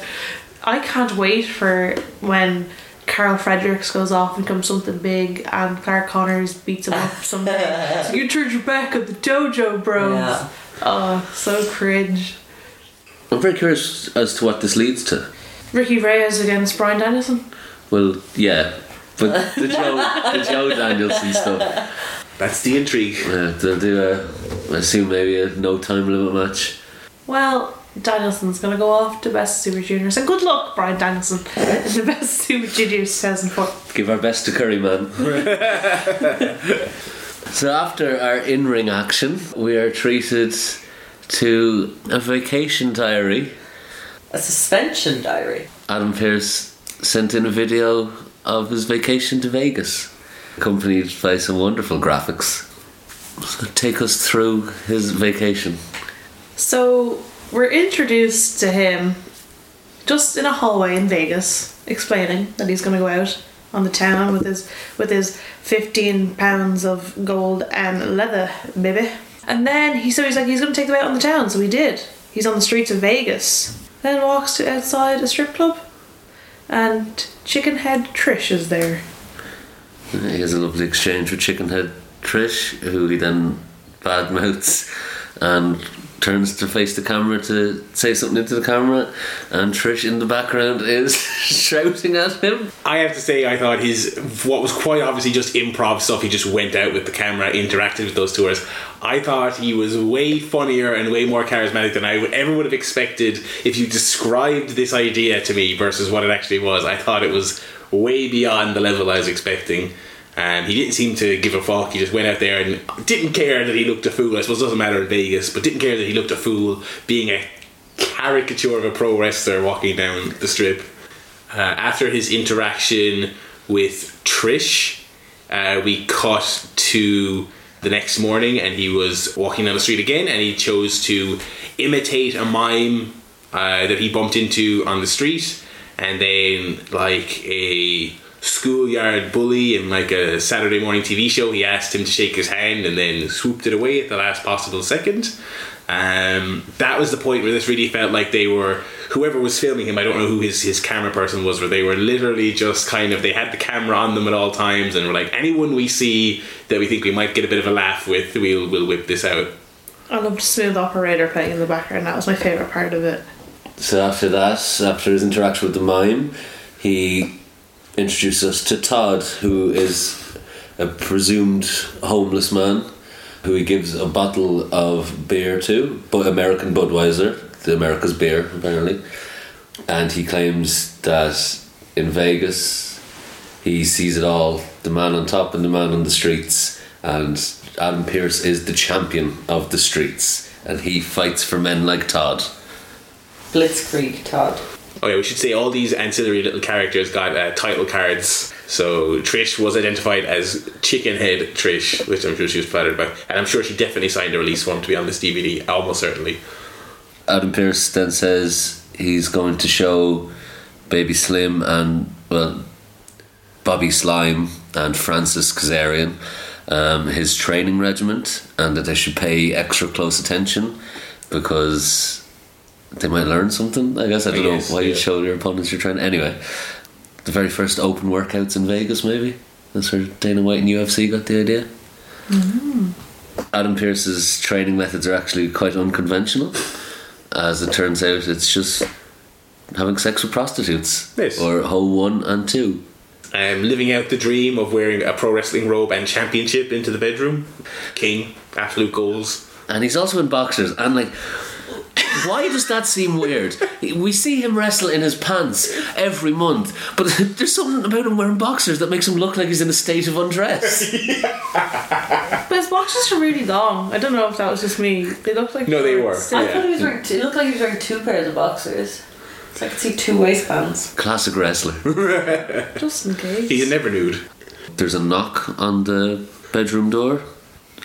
I can't wait for when Carl Fredericks goes off and becomes something big and Clark Connors beats him up someday. so you turned your back on the dojo bros.
Yeah.
Oh, so cringe.
I'm very curious as to what this leads to.
Ricky Reyes against Brian Danielson.
Well, yeah, but the Joe, the Joe Danielson stuff.
That's the intrigue.
Yeah, they'll do a, I assume maybe a no time limit match.
Well, Danielson's gonna go off to Best Super Juniors. And good luck, Brian Danielson, <laughs> in the Best Super Juniors 2004.
Give our best to Curry Man. so after our in ring action, we are treated to a vacation diary.
A suspension diary.
Adam Pearce sent in a video of his vacation to Vegas, accompanied by some wonderful graphics. So take us through his vacation.
So we're introduced to him just in a hallway in Vegas, explaining that he's going to go out on the town with his with his fifteen pounds of gold and leather, baby. And then he so he's like he's going to take them out on the town. So he did. He's on the streets of Vegas. Then walks to outside a strip club, and Chicken Head Trish is there.
He has a lovely exchange with Chickenhead Trish, who he then badmouths and turns to face the camera to say something into the camera, and Trish in the background is <laughs> shouting at him.
I have to say, I thought his what was quite obviously just improv stuff. He just went out with the camera, interacted with those tours. I thought he was way funnier and way more charismatic than I would, ever would have expected if you described this idea to me versus what it actually was. I thought it was way beyond the level I was expecting. And he didn't seem to give a fuck. He just went out there and didn't care that he looked a fool. I suppose it doesn't matter in Vegas, but didn't care that he looked a fool being a caricature of a pro wrestler walking down the strip uh, after his interaction with Trish, uh, we cut to the next morning and he was walking down the street again and he chose to imitate a mime uh, that he bumped into on the street and then like a schoolyard bully in like a saturday morning tv show he asked him to shake his hand and then swooped it away at the last possible second um, that was the point where this really felt like they were whoever was filming him. I don't know who his his camera person was, where they were literally just kind of they had the camera on them at all times and were like, anyone we see that we think we might get a bit of a laugh with, we'll we'll whip this out.
I loved Smooth Operator playing in the background. That was my favorite part of it.
So after that, after his interaction with the mime, he introduced us to Todd, who is a presumed homeless man, who he gives a bottle of beer to, but American Budweiser, the America's beer apparently, and he claims that in Vegas he sees it all: the man on top and the man on the streets, and Adam Pierce is the champion of the streets, and he fights for men like Todd.
Blitzkrieg Todd.
Oh yeah, we should say all these ancillary little characters got uh, title cards. So Trish was identified as Chickenhead Trish, which I'm sure she was flattered by, and I'm sure she definitely signed a release form to be on this DVD, almost certainly.
Adam Pierce then says he's going to show Baby Slim and well Bobby Slime and Francis Kazarian um, his training regiment and that they should pay extra close attention because they might learn something. I guess I
I
don't know
guess,
why you
yeah.
show your opponents your training. Anyway, the very first open workouts in Vegas, maybe that's where Dana White and UFC got the idea. Adam Pierce's training methods are actually quite unconventional. As it turns out, it's just having sex with prostitutes
Yes.
or hoe one and two.
Um, living out the dream of wearing a pro wrestling robe and championship into the bedroom. King, absolute goals.
And he's also in boxers. And like, why does that seem weird? We see him wrestle in his pants every month, but <laughs> there's something about him wearing boxers that makes him look like he's in a state of undress.
But his boxes are really long. I don't know if that was just me. They looked like
No, they were.
I
Yeah.
thought he was wearing. Two, it looked like he was wearing two pairs of boxers. So I could see two waistbands.
Classic wrestler.
Just in case.
He's never nude.
There's a knock on the bedroom door.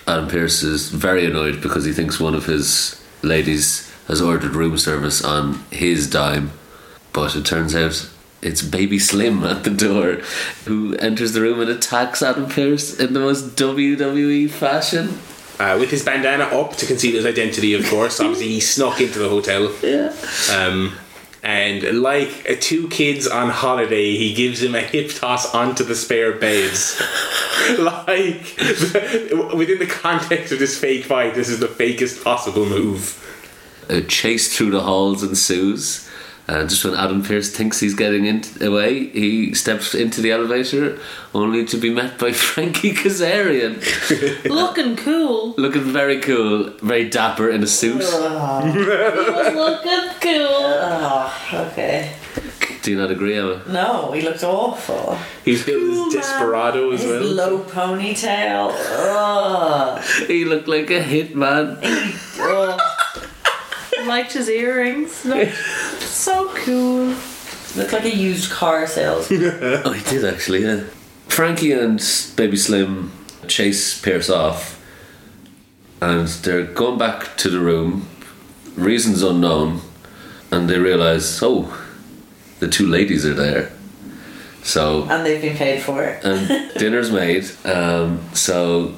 Adam Pierce is very annoyed because he thinks one of his ladies has ordered room service on his dime. But it turns out it's Baby Slim <laughs> at the door who enters the room and attacks Adam Pierce in the most WWE fashion.
Uh, with his bandana up to conceal his identity, of course. Obviously, he snuck into the hotel.
Yeah.
Um, and like uh, two kids on holiday, he gives him a hip toss onto the spare beds. <laughs> like, <laughs> within the context of this fake fight, this is the fakest possible move.
A chase through the halls ensues. And just when Adam Pierce thinks he's getting in- away, he steps into the elevator only to be met by <laughs> Frankie Kazarian.
looking cool.
looking very cool, very dapper in a suit.
He was looking cool.
Oh, okay.
Do you not agree, Emma?
No, he looked awful.
He's billed
Cool,
as Desperado as
His
well.
low ponytail. Ugh.
He looked like a hitman.
Ugh.
Liked his earrings. Looked so cool.
Looked like a used
<laughs>
car salesman.
oh, he did actually, yeah. Frankie and Baby Slim chase Pierce off, and they're going back to the room, reasons unknown, and they realise, oh, the two ladies are there. So
and they've been paid for it.
<laughs> and dinner's made. Um, so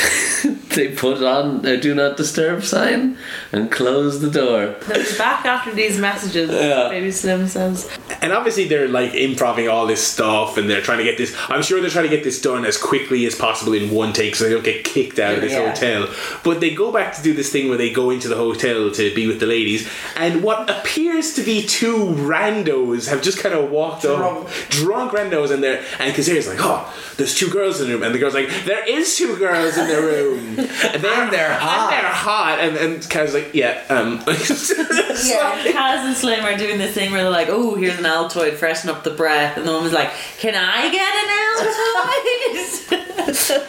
<laughs> they put on a do not disturb sign and close the door.
They'll be back after these messages.
Yeah.
Baby Slim says.
And obviously they're like improving all this stuff and they're trying to get this I'm sure they're trying to get this done as quickly as possible in one take so they don't get kicked out of this
Yeah.
hotel. But they go back to do this thing where they go into the hotel to be with the ladies and what appears to be two randos have just kind of walked
Drunk.
up drunk randos in there and Kazir's like, Oh, there's two girls in the room and the girl's like, There is two girls in the room And they're,
they're hot.
And they're hot and, and Kaz's like, Yeah, um <laughs>
Yeah, <laughs> Kaz and Slim are doing this thing where they're like, "Oh, here's an Altoid, freshen up the breath," and the woman's like, "Can I get
<laughs>
an Altoid?"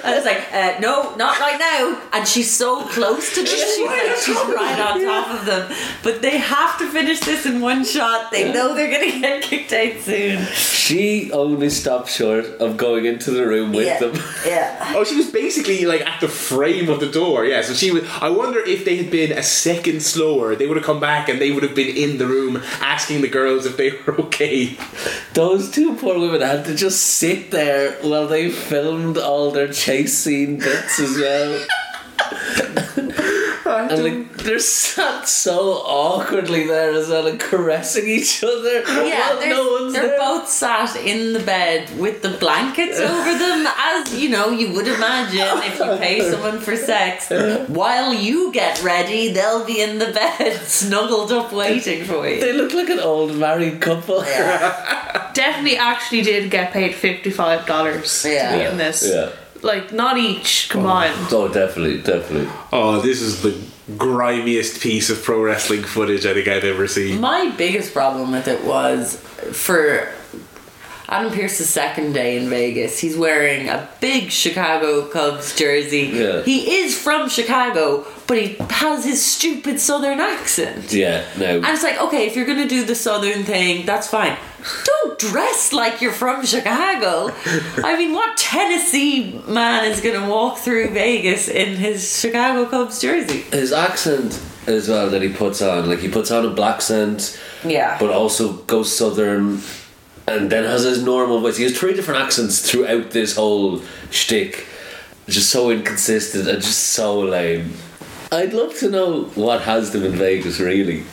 I was like, uh, "No, not right now." And she's so close to them; she's like, she's right on top of them. But they have to finish this in one shot. They know they're gonna get kicked out soon.
She only stopped short of going into the room with
yeah.
them. <laughs>
yeah.
Oh, she was basically like at the frame of the door. Yeah, so she was. I wonder if they had been a second slower, they would have come back and they would have been in the room asking the girls if they <laughs> were okay.
Those two poor women had to just sit there while they filmed all their chase scene bits as
<laughs>
well. and like they're sat so awkwardly there as well, and caressing each other.
Yeah,
while
they're,
no one's
they're
there.
both sat in the bed with the blankets over them, as you know you would imagine if you pay someone for sex. While you get ready, they'll be in the bed, <laughs> snuggled up, waiting for you.
They look like an old married couple.
Definitely actually did get paid $55 to be
Yeah.
in this.
Yeah.
Like, not each combined.
Oh, definitely, definitely.
Oh, this is the grimiest piece of pro wrestling footage I think I've ever seen.
My biggest problem with it was for. Adam Pierce's second day in Vegas, he's wearing a big Chicago Cubs jersey.
Yeah.
He is from Chicago, but he has his stupid Southern accent.
Yeah, no.
And it's like, okay, if you're gonna do the southern thing, that's fine. Don't dress like you're from Chicago. I mean, what Tennessee man is gonna walk through Vegas in his Chicago Cubs jersey?
His accent as well that he puts on, like he puts on a black accent,
Yeah.
but also goes southern, and then has his normal voice. He has three different accents throughout this whole shtick. Just so inconsistent and just so lame. I'd love to know what has them in Vegas really.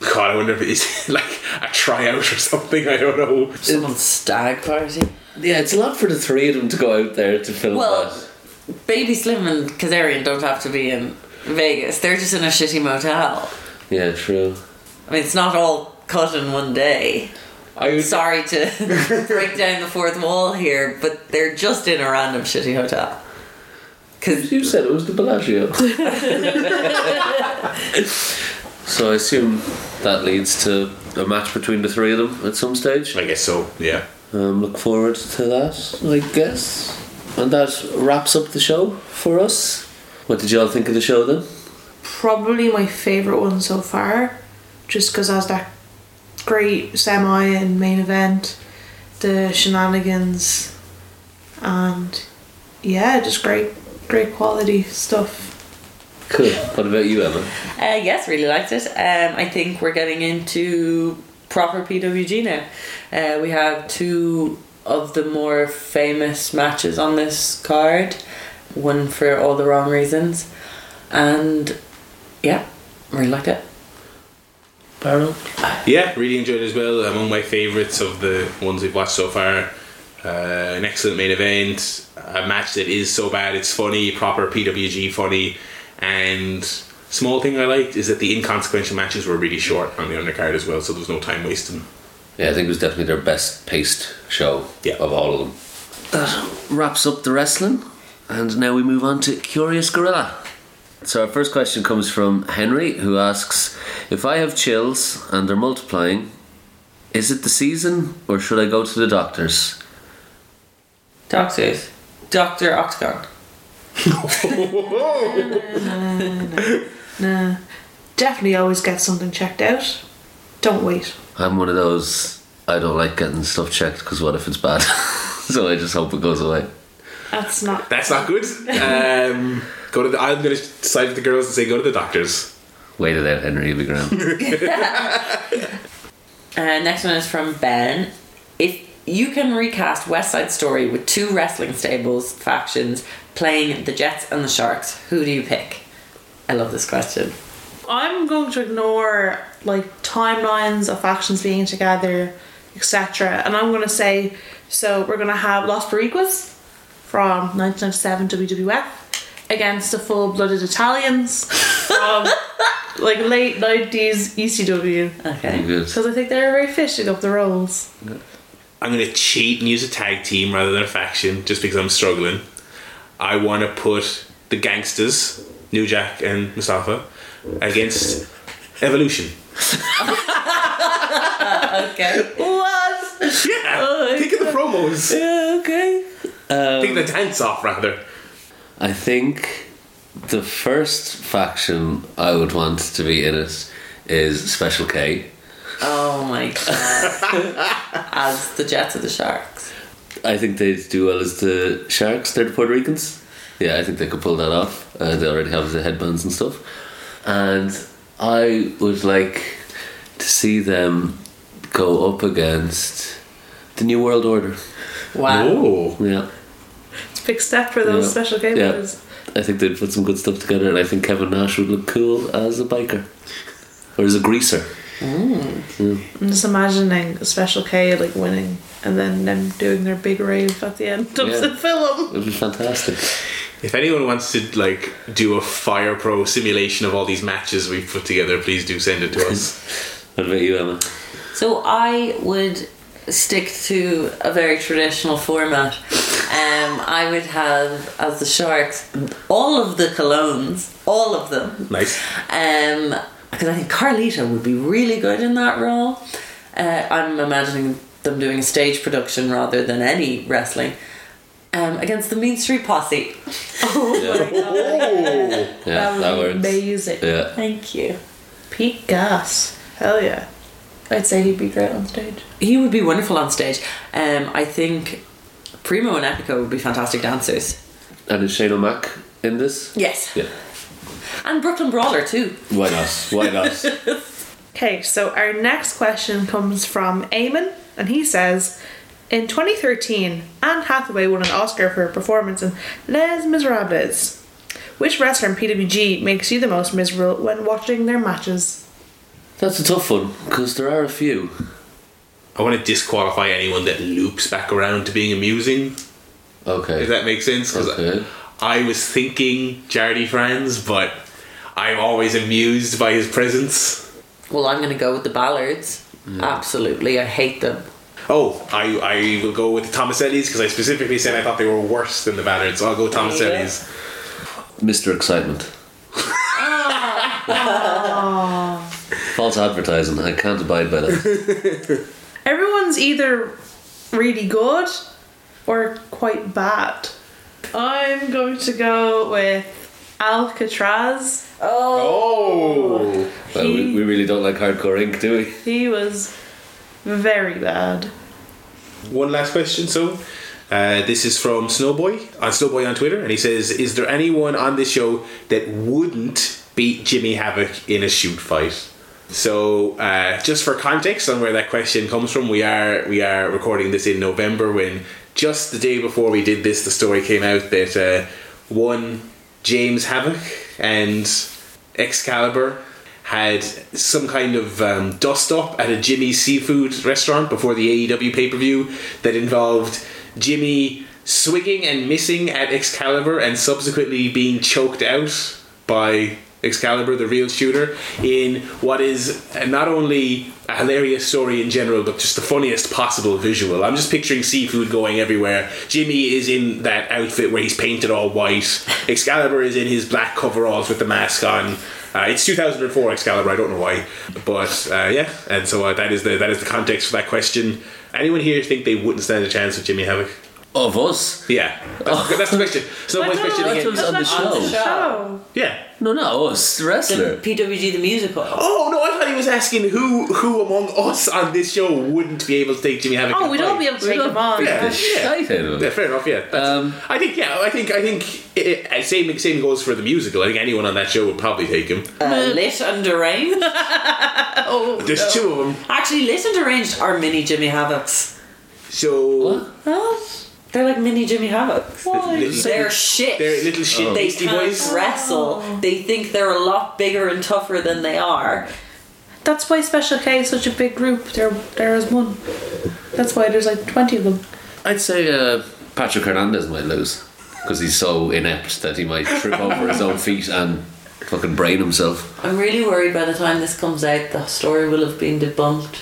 God, I wonder if it's <laughs> like a tryout or something. I don't know.
Someone's stag party.
Yeah, it's a lot for the three of them to go out there to film
Well,
that.
Baby Slim and Kazarian don't have to be in Vegas. They're just in a shitty motel.
Yeah, true.
I mean, it's not all cut in one day.
I would
Sorry to <laughs> break down the fourth wall here, but they're just in a random shitty hotel. Because
You said it was the Bellagio. so I assume that leads to a match between the three of them at some stage.
I guess so. Yeah.
Um, look forward to that, I guess. And that wraps up the show for us. What did y'all think of the show then?
probably my favorite one so far, just because has that great semi and main event, the shenanigans, and yeah, just great, great quality stuff.
Cool. What about you, Emma?
Uh, yes, really liked it. Um, I think we're getting into proper PWG now. Uh, we have two of the more famous matches on this card, one for all the wrong reasons, and yeah, really liked it.
Barrow?
Yeah, really enjoyed it as well. Um, one of my favourites of the ones we've watched so far. Uh, an excellent main event, a match that is so bad it's funny, proper PWG funny, and small thing I liked is that the inconsequential matches were really short on the undercard as well, so there was no time wasting.
Yeah, I think it was definitely their best paced show
Yeah.
of all of them. That wraps up the wrestling, and now we move on to Curious Gorilla. So our first question comes from Henry, who asks, "If I have chills and they're multiplying, is it the season or should I go to the doctors?"
Doctors, Doctor Octagon.
Nah, definitely always get something checked out. Don't wait.
I'm one of those. I don't like getting stuff checked because what if it's bad? <laughs> so I just hope it goes away.
That's not.
That's not good. Um, go to the. I'm going to side with the girls and say go to the doctors.
Wait it out, Henry. You'll be grand.
Uh, next one is from Ben. If you can recast West Side Story with two wrestling stables factions playing the Jets and the Sharks, who do you pick? I love this question.
I'm going to ignore like timelines of factions being together, etc. And I'm going to say so we're going to have Los Boricuas from 1997 WWF against the full blooded Italians <laughs> from like late E 90s ECW
Okay.
Good.
<laughs> because I think they're very fitting up the roles.
I'm going to cheat and use a tag team rather than a faction just because I'm struggling. I want to put the gangsters, New Jack and Mustafa, against Evolution.
Okay.
What?
<laughs> Yeah! Think of the promos.
okay.
Think of the dance off rather.
I think the first faction I would want to be in it is Special K.
<laughs> Oh my god. As the Jets and the Sharks.
I think they do well as the Sharks. They're the Puerto Ricans. Yeah, I think they could pull that off. Uh, they already have the headbands and stuff. And I would like to see them go up against the New World Order.
Wow.
Oh.
Yeah.
It's a big step for those
Yeah.
special game
Yeah.
players.
I think they'd put some good stuff together, and I think Kevin Nash would look cool as a biker or as a greaser.
I'm just imagining a Special K like winning and then them doing their big rave at the end of
Yeah.
the film.
It'd be fantastic.
If anyone wants to like do a Fire Pro simulation of all these matches we've put together, please do send it to
<laughs>
us.
What about you, Emma?
So I would stick to a very traditional format. Um, I would have, as the Sharks, all of the colognes, all of them,
nice.
Um, because I think Carlita would be really good in that role. Uh, I'm imagining them doing a stage production rather than any wrestling um, against the Mean Street Posse.
<laughs>
Yeah,
Oh,
yeah
Um,
that works.
amazing.
Yeah.
Thank you.
Pete Gas. Hell yeah. I'd say he'd be great on stage.
He would be wonderful on stage. Um, I think Primo and Epico would be fantastic dancers.
And is Shane O'Mac in this?
Yes.
Yeah.
And Brooklyn Brawler too.
Why not? Why not?
Okay, so our next question comes from Eamon, and he says In 2013, Anne Hathaway won an Oscar for her performance in Les Miserables. Which wrestler in PWG makes you the most miserable when watching their matches?
<laughs> That's a tough one because there are a few.
I want to disqualify anyone that loops back around to being amusing.
Okay.
If that makes sense, 'cause
Okay.
I was thinking Jardy Franz, but I'm always amused by his presence.
Well, I'm going to go with the Ballards. Absolutely. I hate them.
Oh, I, I will go with the Tomasellis because I specifically said I thought they were worse than the Ballards. So I'll go Tomasellis.
Mr. <laughs> Excitement. False advertising. I can't abide by <laughs> that.
Everyone's either really good or quite bad. I'm going to go with Alcatraz.
Oh,
Well, we, we really don't like hardcore ink, do we?
He was very bad.
one last question. So, uh, this is from Snowboy on Snowboy on Twitter, and he says, "Is there anyone on this show that wouldn't beat Jimmy Havoc in a shoot fight?" So, uh, just for context on where that question comes from, we are we are recording this in November when just the day before we did this, the story came out that uh, one James Havoc and Excalibur had some kind of um, dust up at a Jimmy seafood restaurant before the AEW pay per view that involved Jimmy swinging and missing at Excalibur and subsequently being choked out by Excalibur, the real shooter, in what is not only a hilarious story in general, but just the funniest possible visual. I'm just picturing seafood going everywhere. Jimmy is in that outfit where he's painted all
<laughs>
white. Excalibur is in his black coveralls with the mask on. Uh, it's 2004 Excalibur. I don't know why, but uh, yeah. And so uh, that is the that is the context for that question. Anyone here think they wouldn't stand a chance with Jimmy Havoc?
Of us?
Yeah, that's,
Oh.
that's the question. So my question
that's
again.
what- on the show.
Yeah.
No, no, us. The wrestler.
PWG the musical.
Oh no! I thought he was asking who who among us on this show wouldn't be able to take Jimmy Havoc. in
Oh,
a
we'd all
fight.
be able to
We
take
don't
him on.
beat the
Yeah.
shite out of
Yeah,
him.
fair enough. Yeah, That's-
Um,
I think yeah, I think I think it, it, same same goes for the musical. I think anyone on that show would probably take him.
Uh, lit and deranged.
Oh,
There's two of them,
<laughs> Actually, lit and deranged are mini Jimmy Havocs.
so
What?
Huh? They're like mini Jimmy Havocs.
Little-
They're shit.
they're little shit
Oh.
they
beastie
can't
boys.
wrestle. They think they're a lot bigger and tougher than they are.
that's why Special K is such a big group. There, there is one. That's why there's like twenty of them.
I'd say uh, Patrick Hernandez might lose because he's so inept that he might trip over his <laughs> own feet and fucking brain himself.
I'm really worried by the time this comes out, the story will have been debunked.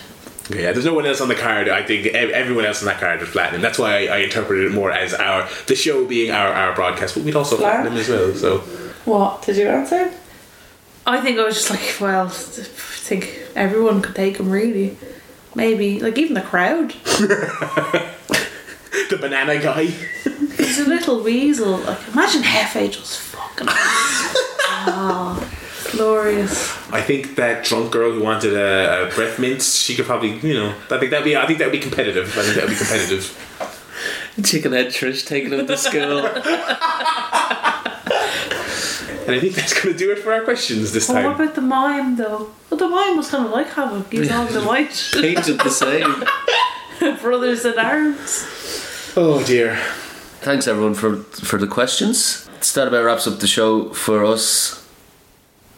Yeah, there's no one else on the card. I think ev- everyone else on that card is platinum. That's why I, I interpreted it more as our the show being our our broadcast, but we'd also
Flower?
platinum as well. So
What?
Did you answer?
I think I was just like, well, I think everyone could take him really. Maybe like even the crowd.
the banana guy.
He's a little weasel. Like imagine Hefe just fucking. <laughs> oh, glorious.
I think that drunk girl who wanted a, a breath mint, she could probably, you know, I think that'd be, I think that'd be competitive. I think that'd be competitive.
Chickenhead Trish taking him to school.
and I think that's gonna do it for our questions this
Well, what
time.
about the mime though? Well, the mime was kind of like Havoc. He's all the white <laughs>
Painted the same.
brothers in arms.
Oh dear.
Thanks everyone for for the questions. So that about wraps up the show for us.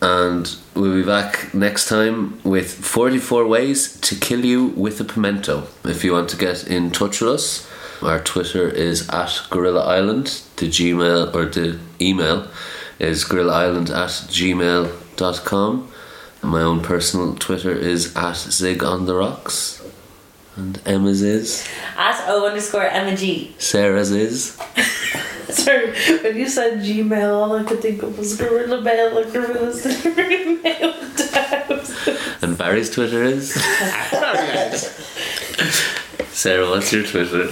And we'll be back next time with 44 ways to kill you with a pimento. If you want to get in touch with us, our Twitter is at Gorilla Island. The Gmail or the email is Gorilla Island at gmail.com. My own personal Twitter is at Zig on the Rocks. And Emma's is.
At O underscore M and G.
Sarah's is.
Sorry, when you said Gmail, all I could think of was Gorilla Mail and Gorilla's delivery mail <laughs> down.
<laughs> And Barry's Twitter is. Sarah, what's your Twitter?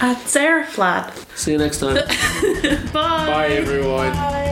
At Sarah Flad.
See you next time.
Bye.
Bye, everyone.
Bye.